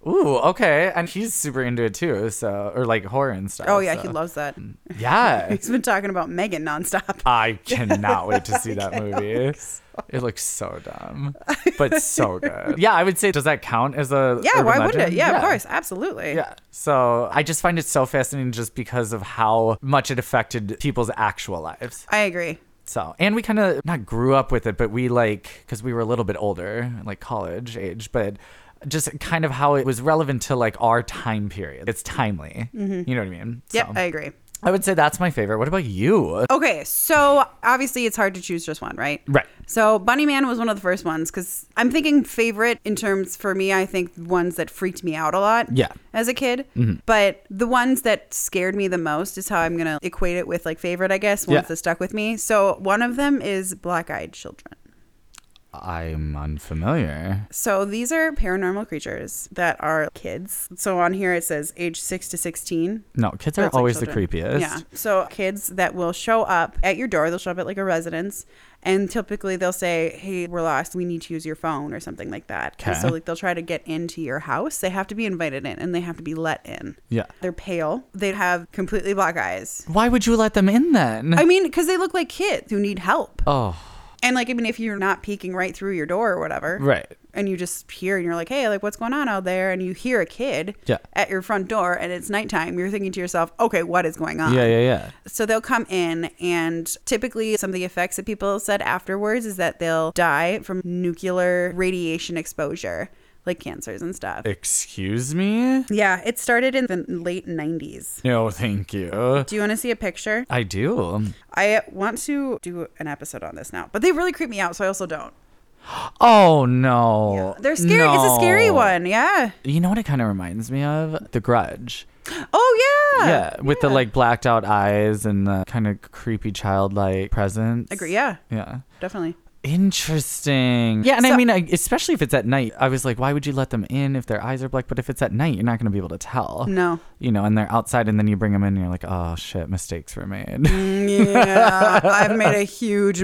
A: Ooh, okay. And he's super into it too. So, or like horror and stuff.
B: Oh yeah,
A: so-
B: he loves that.
A: Yeah.
B: He's been talking about Megan nonstop.
A: I cannot wait to see that movie. It looks so dumb, but so good. Yeah, I would say, does that count as a?
B: Yeah,
A: urban
B: why wouldn't it?
A: legend?
B: Yeah, of course, absolutely.
A: Yeah. So I just find it so fascinating just because of how much it affected people's actual lives.
B: I agree.
A: So, and we kind of not grew up with it, but we like, because we were a little bit older, like college age, but just kind of how it was relevant to like our time period. It's timely. You know what I mean?
B: Mm-hmm. Yep,
A: So,
B: I
A: I-,
B: agree.
A: would say that's my favorite. What about you?
B: Okay, so obviously it's hard to choose just one, right?
A: Right.
B: So Bunny Man was one of the first ones because I'm thinking favorite in terms for me. I think ones that freaked me out a lot.
A: Yeah. Mm-hmm.
B: As a kid, but the ones that scared me the most is how I'm gonna equate it with like favorite, I guess, ones
A: Yeah.
B: that stuck with me. So one of them is Black Eyed Children.
A: I'm unfamiliar.
B: So these are paranormal creatures that are kids. So on here it says age six to sixteen.
A: No, kids
B: But
A: are
B: it's, like,
A: always
B: children.
A: the creepiest.
B: Yeah. So kids that will show up at your door, they'll show up at like a residence, and typically they'll say, "Hey, we're lost. We need to use your phone" or something like that. And
A: Okay.
B: So like they'll try to get into your house. They have to be invited in, and they have to be let in.
A: Yeah.
B: They're pale. They have completely black eyes.
A: Why would you let them in then?
B: I mean, because they look like kids who need help.
A: oh,
B: And like, I mean, if you're not peeking right through your door or whatever,
A: right.
B: and you just hear and you're like, hey, like what's going on out there? And you hear a kid
A: Yeah.
B: at your front door and it's nighttime, you're thinking to yourself, okay, what is going on?
A: Yeah, yeah, yeah.
B: So they'll come in, and typically, some of the effects that people said afterwards is that they'll die from nuclear radiation exposure, like cancers and stuff.
A: Excuse me?
B: yeah, it started in the late 90s.
A: No, thank you.
B: Do you want to see a picture?
A: I do.
B: I want to do an episode on this now, but they really creep me out, so I also don't.
A: Oh no.
B: They're scary. It's a scary
A: No.
B: one. Yeah.
A: You know what it kind of reminds me of? The Grudge.
B: Oh, yeah.
A: yeah, with the like blacked out eyes and the kind of creepy childlike presence.
B: Agree. Yeah,
A: Yeah.
B: definitely.
A: Interesting. Yeah, and I
B: So-
A: mean, I, especially if it's at night, I was like, why would you let them in if their eyes are black? But if it's at night, you're not going to be able to tell.
B: No.
A: You know, and they're outside, and then you bring them in, and you're like, oh shit, mistakes were made.
B: Yeah, I've made a huge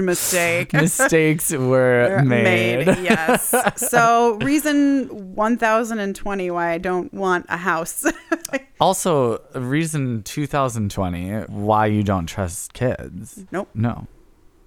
B: mistake.
A: mistakes were made.
B: yes. So reason 1020 why I don't want a house.
A: Also, reason 2020 why you don't trust kids.
B: nope,
A: No.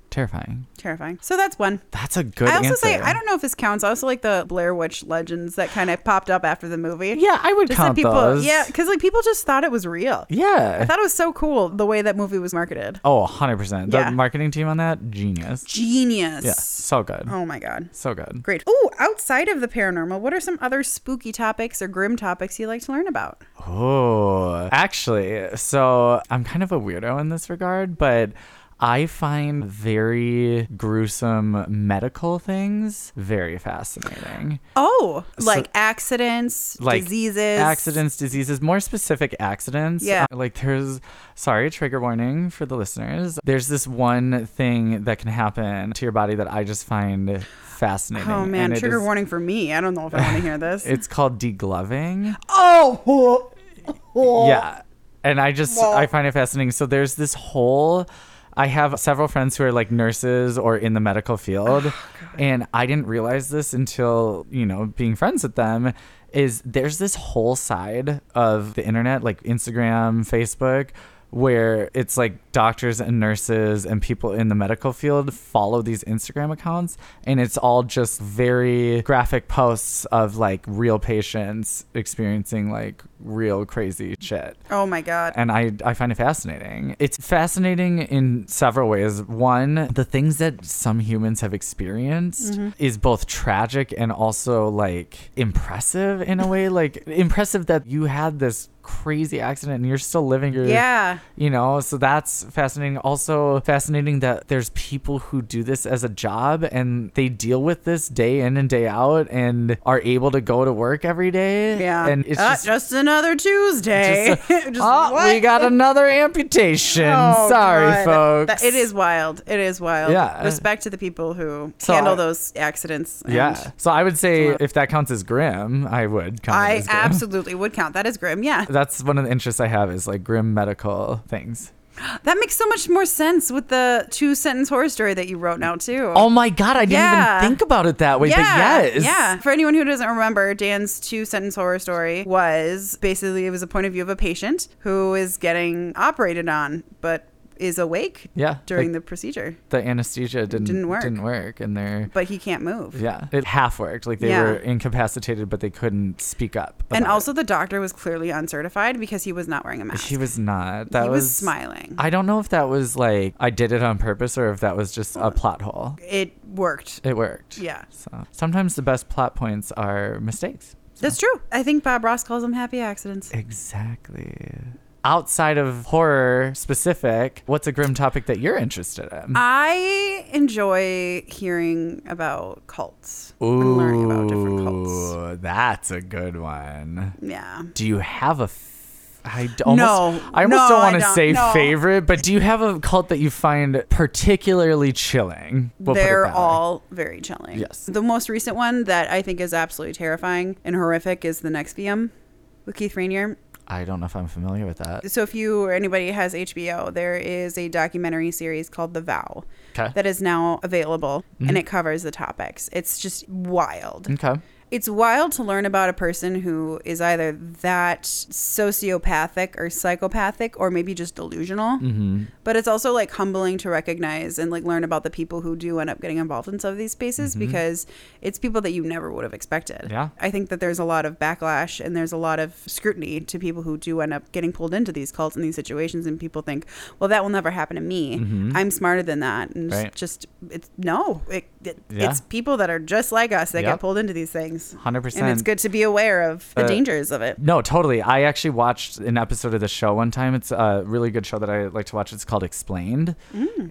A: Terrifying.
B: terrifying. So that's one.
A: That's a good
B: I also
A: answer.
B: say I don't know if this counts. I also like the Blair Witch legends that kind of popped up after the movie.
A: Yeah, I would
B: Just that
A: count
B: people,
A: those.
B: yeah, because like people just thought it was real. I
A: Yeah.
B: thought it was so cool the way that movie was marketed.
A: Oh, 100%. The
B: Yeah.
A: marketing team on that, genius. Uh-huh.
B: Genius.
A: Yeah. So good.
B: Oh my god.
A: So good.
B: Great. Oh, outside of the paranormal, what are some other spooky topics or grim topics you like to learn about?
A: Oh, actually, so I'm kind of a weirdo in this regard, but I find very gruesome medical things very fascinating.
B: Oh, like accidents,
A: like
B: diseases,
A: accidents diseases more specific accidents
B: Yeah.
A: Uh, like there's sorry trigger warning for the listeners there's this one thing that can happen to your body that i just find fascinating
B: Oh man,
A: and it
B: trigger
A: is-
B: warning for me. I don't know if I want to hear this.
A: it's called degloving
B: oh,
A: yeah and i just i find it fascinating so there's this whole i have several friends who are like nurses or in the medical field and i didn't realize this until you know being friends with them is there's this whole side of the internet like instagram facebook where it's like doctors and nurses and people in the medical field follow these Instagram accounts and it's all just very graphic posts of like real patients experiencing like real crazy shit.
B: Oh my god.
A: And I, I find it fascinating. It's fascinating in several ways. One, the things that some humans have experienced
B: Mm-hmm.
A: is both tragic and also like impressive in a way. Like, impressive that you had this crazy accident and you're still living your
B: Yeah.
A: you know so that's fascinating also fascinating that there's people who do this as a job and they deal with this day in and day out and are able to go to work every day
B: Yeah.
A: and it's
B: Ah,
A: just,
B: another Tuesday.
A: just a-
B: Just
A: oh, we
B: what?
A: got another amputation
B: Oh,
A: sorry
B: God.
A: folks
B: That- it is wild. It is wild.
A: Yeah.
B: Respect to the people who
A: So
B: handle
A: I-
B: those accidents. and
A: yeah so i would say
B: Wow.
A: if that counts as grim i would count it
B: I
A: as grim.
B: absolutely would count. That is grim. Yeah.
A: that's one of the interests i have is like grim medical things
B: That makes so much more sense with the two sentence horror story that you wrote now, too.
A: oh my god i didn't
B: Yeah.
A: even think about it that way but yes
B: Yeah. For anyone who doesn't remember, Dan's two sentence horror story was basically it was a point of view of a patient who is getting operated on, but is awake
A: yeah
B: during
A: like-
B: the procedure,
A: the anesthesia didn't
B: Didn't
A: didn't
B: work.
A: work. Didn't work, and they're
B: but he can't move.
A: yeah, it half worked. Like they
B: Yeah.
A: were incapacitated, but they couldn't speak up.
B: And
A: about
B: also, the doctor was clearly uncertified because he was not wearing a
A: it.
B: mask.
A: he was not. That
B: he was,
A: was,
B: smiling.
A: I don't know if that was like I did it on purpose or if that was just a plot hole.
B: it worked.
A: It worked.
B: Yeah.
A: So sometimes the best plot points are mistakes.
B: That's true. I think Bob Ross calls them happy accidents.
A: Exactly. Outside of horror specific, what's a grim topic that you're interested in?
B: I enjoy hearing about cults and learning about different cults.
A: Ooh, that's a good one.
B: Yeah.
A: Do you have a? F- I d-
B: No.
A: almost, I almost
B: No,
A: don't
B: I
A: want to
B: don't.
A: say
B: No.
A: favorite, but do you have a cult that you find particularly chilling? We'll put it
B: They're
A: that way.
B: all very chilling.
A: Yes.
B: The most recent one that I think is absolutely terrifying and horrific is the Next VM with Keith Rainier.
A: I don't know if I'm familiar with that.
B: So if you or anybody has HBO, there is a documentary series called The Vow
A: Okay. Mm-hmm.
B: that is now available and it covers the topics. It's just wild.
A: okay.
B: It's wild to learn about a person who is either that sociopathic or psychopathic or maybe just delusional.
A: Mm-hmm.
B: But it's also like humbling to recognize and like learn about the people who do end up getting involved in some of these spaces because it's people that you never would have expected.
A: Mm-hmm. Yeah.
B: I think that there's a lot of backlash and there's a lot of scrutiny to people who do end up getting pulled into these cults and these situations and people think, "Well, that will never happen to me. I'm smarter than that." And
A: Mm-hmm. Right.
B: just it's no, it, it,
A: Yeah.
B: it's people that are just like us that get
A: Yep.
B: pulled into these things.
A: Hundred percent.
B: And it's good to be aware of the
A: Uh,
B: dangers of it.
A: No, totally. I actually watched an episode of the show one time. It's a really good show that I like to watch. It's called Explained.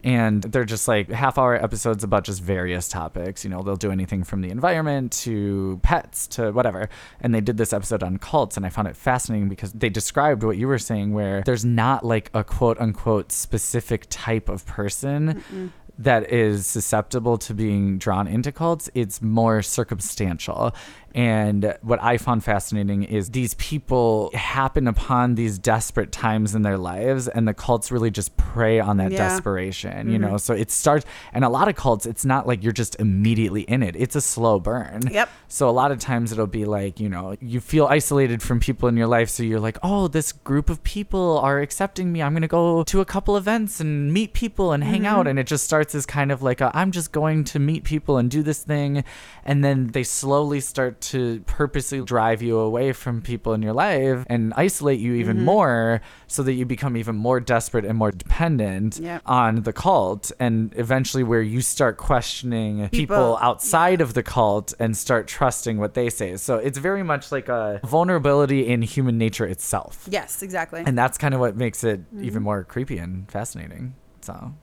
A: And they're just like half hour episodes about just various topics. You know, they'll do anything from the environment to pets to whatever. And they did this episode on cults. And I found it fascinating because they described what you were saying, where there's not like a quote unquote specific type of person. That is susceptible to being drawn into cults, it's more circumstantial. And what I found fascinating is these people happen upon these desperate times in their lives, and the cults really just prey on that
B: Yeah. Mm-hmm.
A: desperation, you know? So it starts, and a lot of cults, it's not like you're just immediately in it, it's a slow burn.
B: Yep.
A: So a lot of times it'll be like, you know, you feel isolated from people in your life. So you're like, oh, this group of people are accepting me. I'm going to go to a couple events and meet people and hang
B: Mm-hmm.
A: out. And it just starts as kind of like, a, I'm just going to meet people and do this thing. And then they slowly start to purposely drive you away from people in your life and isolate you
B: Mm-hmm.
A: even more so that you become even more desperate and more dependent
B: Yep.
A: on the cult. And eventually, where you start questioning
B: People-
A: people outside of the cult and start trusting what they say. So it's very much like a vulnerability in human nature itself.
B: Yes, exactly.
A: And that's kind of what makes it
B: Mm-hmm.
A: even more creepy and fascinating. So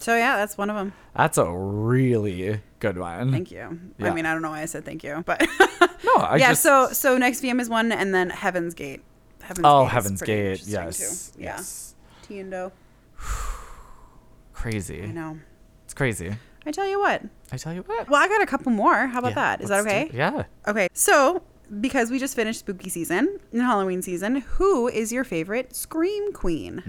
B: so yeah, that's one of them.
A: that's a really good one.
B: Thank you. I
A: Yeah.
B: mean, I don't know why I said thank you, but
A: No, I
B: yeah.
A: just
B: So so next VM is one, and then Heaven's Gate. Heaven's
A: Oh,
B: is
A: Heaven's
B: pretty
A: Gate.
B: interesting,
A: Yes.
B: Too. Yeah.
A: Yes.
B: Tiendo.
A: Crazy.
B: I know.
A: It's crazy.
B: I tell you what.
A: I tell you what.
B: Well, I got a couple more. How about
A: Yeah,
B: that? Is that
A: let's do-
B: okay?
A: yeah.
B: Okay. So because we just finished spooky season and Halloween season, who is your favorite scream queen?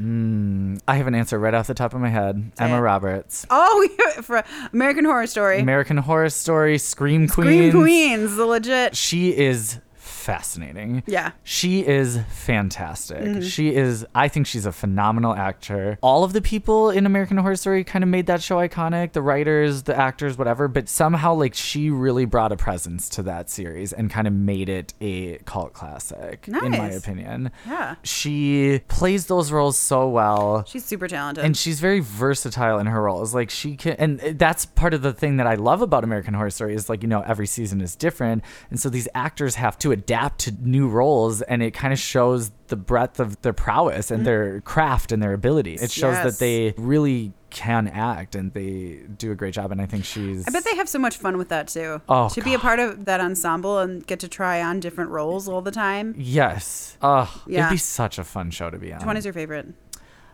A: Mm, I have an answer right off the top of my head.
B: Say
A: Emma
B: it.
A: Roberts.
B: Oh, yeah, for American Horror Story.
A: American Horror Story, Scream Queen.
B: Scream Queens, the legit.
A: She is fascinating.
B: Yeah. Mm-hmm.
A: She is fantastic. She is, I think she's a phenomenal actor. All of the people in American Horror Story kind of made that show iconic the writers, the actors, whatever. But somehow, like, she really brought a presence to that series and kind of made it a cult classic, in my
B: Nice.
A: opinion.
B: Yeah.
A: She plays those roles so well
B: She's super talented.
A: and she's very versatile in her roles like she can and that's part of the thing that i love about american horror story is like you know every season is different and so these actors have to adapt to new roles and it kind of shows the breadth of their prowess and their craft and their ability. It shows
B: Mm. Yes.
A: that they really can act and they do a great job and I think she's
B: I bet they have so much fun with that too.
A: Oh,
B: to be a part of that ensemble and get to try on different roles all the time.
A: Yes. Oh,
B: Yeah.
A: it'd be such a fun show to be on.
B: Which one is your favorite?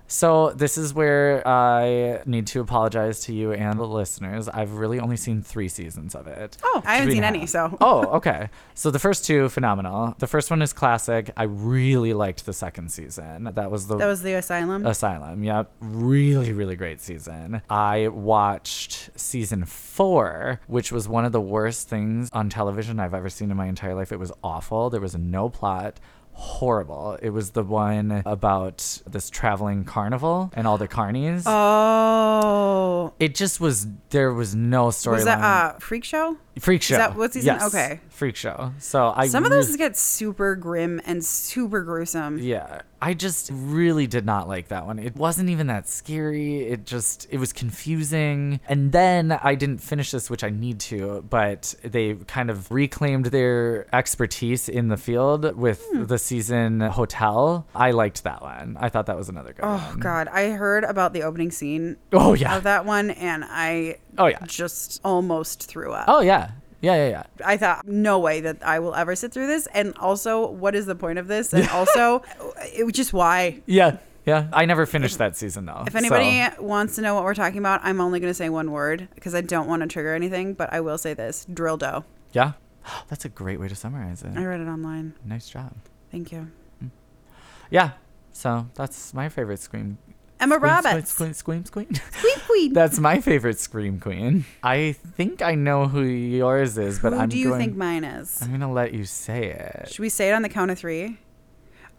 A: So this is where I need to apologize to you and the listeners. I've really only seen three seasons of it.
B: Oh, I haven't
A: Three
B: seen
A: and a
B: any,
A: half.
B: so
A: oh, okay. So the first two phenomenal. The first one is classic. I really liked the second season. That was the
B: that was the asylum.
A: Asylum. Yep. Really, really great season. I watched season four, which was one of the worst things on television I've ever seen in my entire life. It was awful. There was no plot. Horrible. It was the one about this traveling carnival and all the carnies.
B: oh,
A: It just was, there was no storyline.
B: was that uh, freak show?
A: Freak show.
B: that what season?
A: Yes.
B: Okay.
A: Freak show. So I
B: Some of those
A: re-
B: get super grim and super gruesome.
A: Yeah, I just really did not like that one. It wasn't even that scary. It just it was confusing. And then I didn't finish this, which I need to, but they kind of reclaimed their expertise in the field with
B: Hmm.
A: the season Hotel. I liked that one. I thought that was another good
B: Oh
A: one.
B: God, I heard about the opening scene
A: Oh yeah.
B: of that one, and I
A: Oh yeah.
B: just almost threw up.
A: Oh yeah. Yeah, yeah, yeah.
B: I thought, no way that I will ever sit through this. And also, what is the point of this? And also, it was just why.
A: Yeah. Yeah. I never finished that season though.
B: If anybody wants to know what we're talking about, I'm only going to say one word because I don't want to trigger anything, but I will say this drill dough.
A: Yeah. That's a great way to summarize it.
B: I read it online.
A: Nice job.
B: Thank you.
A: Yeah. So that's my favorite scream
B: Emma
A: Squeam,
B: Roberts.
A: Squeam, squeam, squeam, squeam.
B: Squeak, squeak.
A: That's my favorite Scream Queen. I think I know who yours is, but
B: Who
A: I'm
B: do you
A: going,
B: think mine is?
A: I'm gonna let you say it.
B: Should we say it on the count of three?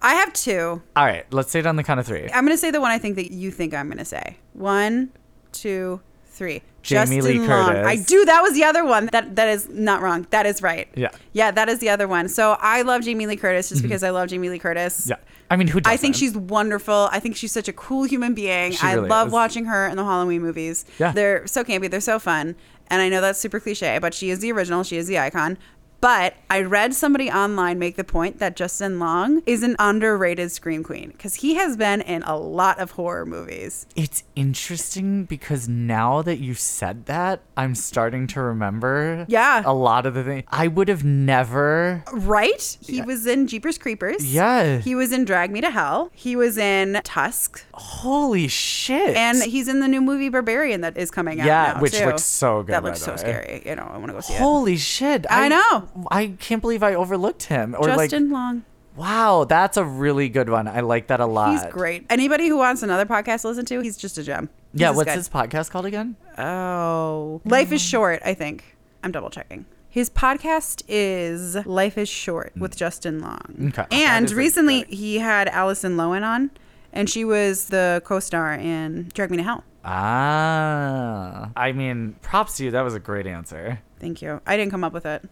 B: I have two.
A: All right, let's say it on the count of three.
B: I'm going to say the one I think that you think I'm going to say. One, two, three.
A: Jamie Lee Curtis.
B: I do. That was the other one. That that is not wrong. That is right.
A: Yeah. Mm-hmm.
B: Yeah, that is the other one. So I love Jamie Lee Curtis just because I love Jamie Lee Curtis.
A: Yeah, I mean, who? Doesn't?
B: I think she's wonderful. I think she's such a cool human being.
A: She
B: I
A: really
B: love
A: is.
B: watching her in the Halloween movies.
A: Yeah.
B: They're so campy, they're so fun. And I know that's super cliche, but she is the original, she is the icon. But I read somebody online make the point that Justin Long is an underrated scream queen because he has been in a lot of horror movies.
A: It's interesting because now that you said that, I'm starting to remember.
B: Yeah.
A: A lot of the things I would have never.
B: Right? He was in Jeepers Creepers.
A: Yeah.
B: He was in Drag Me to Hell. He was in Tusk.
A: Holy shit.
B: And he's in the new movie Barbarian that is coming out.
A: Yeah,
B: now,
A: which
B: too.
A: looks so good,
B: That
A: by
B: looks
A: the
B: so
A: way.
B: scary. You know, I want to go see it.
A: Holy shit.
B: I know.
A: I can't believe I overlooked him. Or like,
B: Justin Long.
A: wow, that's a really good one. I like that a lot.
B: He's great. Anybody who wants another podcast to listen to, he's just a gem. He's
A: Yeah,
B: just
A: what's
B: good.
A: his podcast called again?
B: Oh. Life is Short, I think. I'm double checking. His podcast is Life is Short with Justin Long.
A: Mm. Okay. That
B: And
A: is a
B: recently he had Allison Lowen on, and she was the co star in Drag Me to Hell.
A: Ah. I mean, props to you. That was a great answer.
B: Thank you. I didn't come up with it.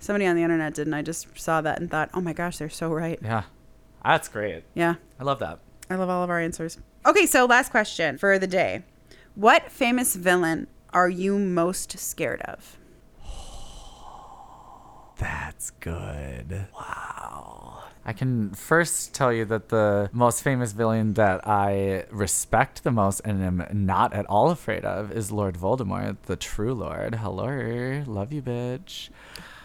B: Somebody on the internet did, and I just saw that and thought, oh my gosh, they're so right.
A: Yeah. That's great.
B: Yeah.
A: I love that.
B: I love all of our answers. Okay, so last question for the day. What famous villain are you most scared of?
A: That's good. Wow. I can first tell you that the most famous villain that I respect the most and am not at all afraid of is Lord Voldemort, the true Lord. Hello. Love you, bitch.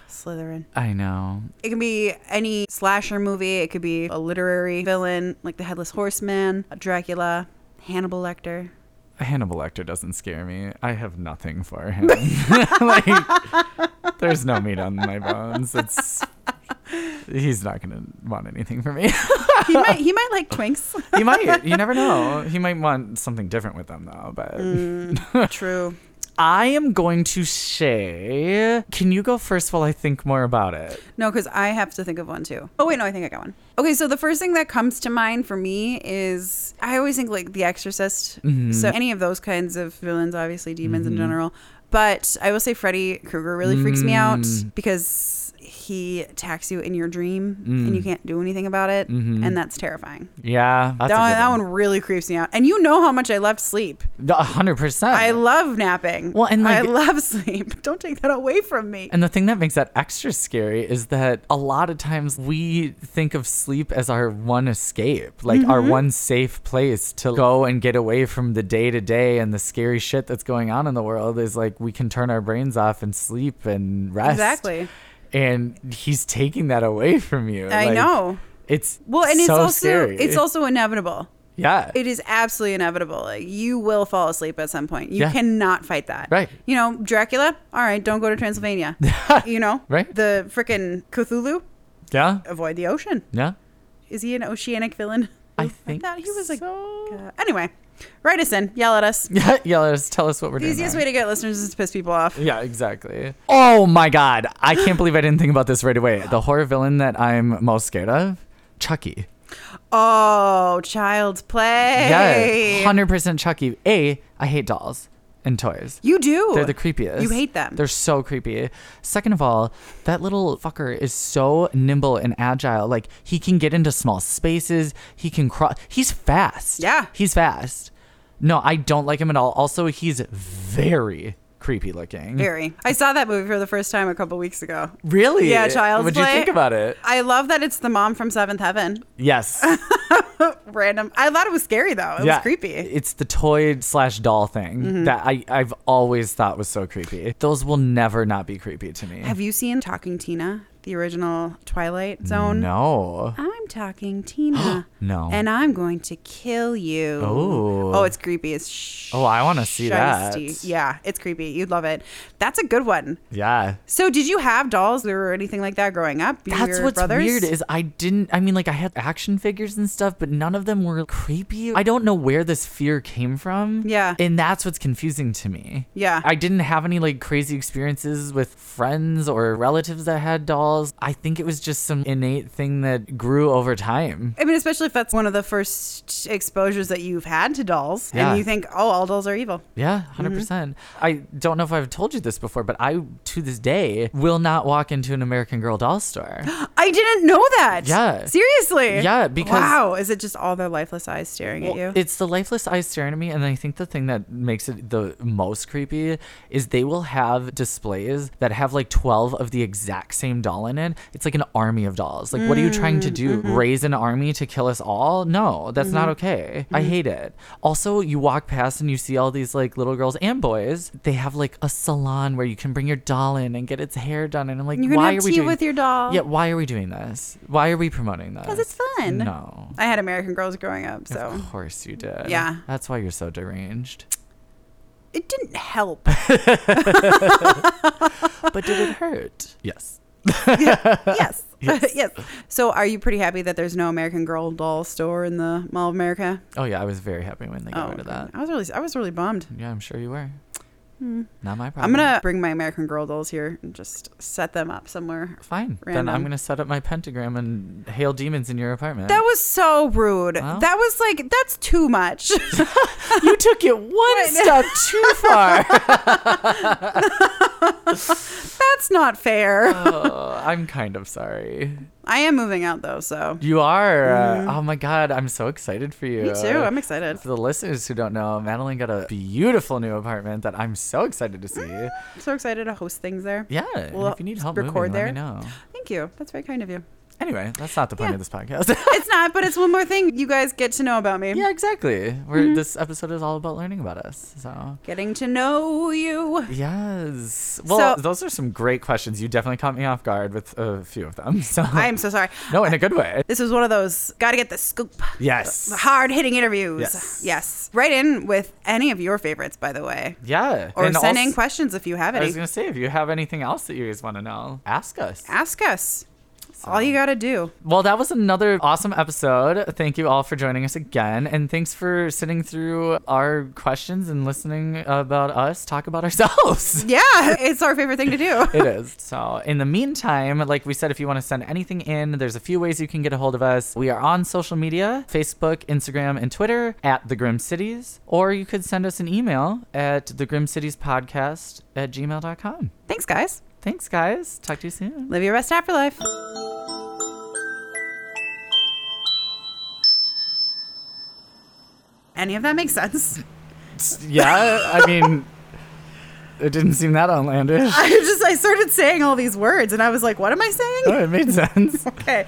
B: Slytherin.
A: I know.
B: It can be any slasher movie, it could be a literary villain like the Headless Horseman, Dracula, Hannibal Lecter.
A: Hannibal Lecter doesn't scare me. I have nothing for him. like, there's no meat on my bones. It's he's not gonna want anything from me.
B: He might he might like Twinks.
A: he might. You never know. He might want something different with them though. But
B: True.
A: I am going to say, can you go first while I think more about it?
B: No, because I have to think of one too. Oh wait, no, I think I got one. Okay, so the first thing that comes to mind for me is I always think like The Exorcist.
A: Mm-hmm.
B: So any of those kinds of villains,
A: Mm.
B: obviously demons in general. But I will say Freddy Krueger really freaks me out because he attacks you in your dream and you
A: Mm.
B: can't do anything about it, and that's terrifying.
A: Yeah. Mm-hmm. That's
B: That one, that one really creeps me out. And you know how much I love sleep.
A: hundred percent.
B: I love napping.
A: Oh. Well, and, like-
B: I love sleep. Don't take that away from me.
A: And the thing that makes that extra scary is that a lot of times we think of sleep as our one escape, like
B: Mm-hmm.
A: our one safe place to go and get away from the day to day and the scary shit that's going on in the world is like we can turn our brains off and sleep and rest.
B: Exactly.
A: And he's taking that away from you.
B: I
A: Like,
B: know.
A: It's
B: Well, and it's
A: so
B: also
A: scary.
B: it's also inevitable.
A: yeah.
B: It is absolutely inevitable. Like, you will fall asleep at some point. You
A: Yeah.
B: cannot fight that.
A: Right.
B: You know, Dracula. All right, don't go to Transylvania. you know.
A: Right.
B: The freaking Cthulhu.
A: yeah.
B: Avoid the ocean.
A: Yeah.
B: Is he an oceanic villain?
A: I think
B: thought he was like.
A: so.
B: Uh, anyway, write us in. Yell at us.
A: Yeah, yeah, let's tell us what we're
B: The
A: doing.
B: easiest
A: wrong.
B: way to get listeners is to piss people off.
A: Yeah, exactly. Oh my god, I can't believe I didn't think about this right away. The horror villain that I'm most scared of, Chucky.
B: Oh, child's play.
A: Yeah, hundred percent Chucky. A, I hate dolls and toys.
B: You do.
A: They're the creepiest.
B: You hate them.
A: They're so creepy. Second of all, that little fucker is so nimble and agile. Like he can get into small spaces. He can cross. He's fast.
B: Yeah.
A: he's fast. No, I don't like him at all. Also, he's very creepy looking.
B: Very. I saw that movie for the first time a couple weeks ago.
A: Really?
B: Yeah, Child's
A: What'd you
B: Play.
A: think about it?
B: I love that it's the mom from Seventh Heaven.
A: Yes.
B: Random. I thought it was scary though. It was creepy. Mm-hmm.
A: It's the toy slash doll thing that I, I've always thought was so creepy. Those will never not be creepy to me.
B: Have you seen Talking Tina, the original Twilight Zone?
A: no.
B: I'm talking Tina.
A: No.
B: And I'm going to kill you.
A: Ooh.
B: Oh, it's creepy as sh-
A: Oh, I wanna see that.
B: shiesty. Yeah, it's creepy. You'd love it. That's a good one.
A: Yeah.
B: So, did you have dolls or anything like that growing up? You
A: That's
B: were
A: what's
B: brothers?
A: weird is I didn't I mean like I had action figures and stuff but none of them were creepy. I don't know where this fear came from.
B: Yeah.
A: And that's what's confusing to me.
B: Yeah.
A: I didn't have any like crazy experiences with friends or relatives that had dolls. I think it was just some innate thing that grew over time.
B: I mean, especially if that's one of the first exposures that you've had to dolls,
A: Yeah.
B: and you think, "Oh, all dolls are evil."
A: Yeah, 100%. percent I don't know if I've told you this before, but I, to this day, will not walk into an American Girl doll store.
B: I didn't know that.
A: Yeah.
B: Seriously.
A: Yeah, because-
B: wow, is it just all their lifeless eyes staring
A: Well,
B: at you?
A: It's the lifeless eyes staring at me. And I think the thing that makes it the most creepy is they will have displays that have like 12 of the exact same doll in it. It's like an army of dolls. Like, what are you trying
B: Mm,
A: to do?
B: mm-hmm.
A: Raise an army to kill us all? No, that's not okay.
B: Mm-hmm.
A: I hate it. Also, you walk past and you see all these like little girls and boys. They have like a salon where you can bring your doll in and get its hair done. And I'm like,
B: You can
A: why
B: have
A: are we
B: tea
A: doing
B: with your doll.
A: Yeah, why are we doing this? Why are we promoting this? Because
B: it's fun.
A: No.
B: I had American Girls growing up, so
A: Of course you did.
B: Mm. Yeah.
A: That's why you're so deranged.
B: it didn't help.
A: But did it hurt? Yes.
B: yes. yes. So, are you pretty happy that there's no American Girl doll store in the Mall of America?
A: Oh yeah, I was very happy when they got rid
B: Oh, okay.
A: of that.
B: I was really, I was really bummed.
A: Yeah, I'm sure you were. Not my
B: I'm
A: problem.
B: gonna bring my American Girl dolls here and just set them up somewhere.
A: fine. Then I'm
B: Random.
A: gonna set up my pentagram and hail demons in your apartment.
B: That was so rude.
A: Well.
B: That was like that's too much.
A: you took it one step too far.
B: that's not fair.
A: oh, I'm kind of sorry.
B: I am moving out though, so
A: You are. Oh my god, I'm so excited for you.
B: Mm. me too. I'm excited.
A: For the listeners who don't know, Madeline got a beautiful new apartment that I'm so excited to see.
B: I'm so excited to host things there.
A: Yeah. and
B: Well,
A: if you need
B: let's
A: help moving,
B: record there.
A: let me know.
B: Thank you. That's very kind of you.
A: Anyway, that's not the point
B: Yeah.
A: of this podcast.
B: It's not, but it's one more thing you guys get to know about me.
A: yeah, exactly. We're, This episode is all about learning about us. So.
B: Getting to know you.
A: Yes. Well,
B: So-
A: those are some great questions. You definitely caught me off guard with a few of them. So
B: I am so sorry.
A: no, in a good way.
B: This was one of those gotta get the scoop.
A: Yes.
B: Hard hitting interviews.
A: Yes.
B: yes. Right in with any of your favorites, by the way.
A: Yeah.
B: Or
A: And
B: send in
A: also-
B: questions if you have
A: I was
B: any.
A: gonna say, if you have anything else that you guys want to know, ask us.
B: Ask us. All you gotta do.
A: Well, that was another awesome episode. Thank you all for joining us again, and thanks for sitting through our questions and listening about us talk about ourselves.
B: Yeah, it's our favorite thing to do.
A: it is. So, in the meantime, like we said, if you want to send anything in, there's a few ways you can get a hold of us. We are on social media Facebook, Instagram, and Twitter at The Grim Cities. Or you could send us an email at The Grim Cities Podcast at gmail.com.
B: Thanks, guys.
A: Thanks, guys. Talk to you soon.
B: Live your best afterlife. Any of that makes sense?
A: Yeah, I mean, it didn't seem that outlandish.
B: I just I started saying all these words and I was like, what am I saying?
A: Oh, it made sense.
B: Okay.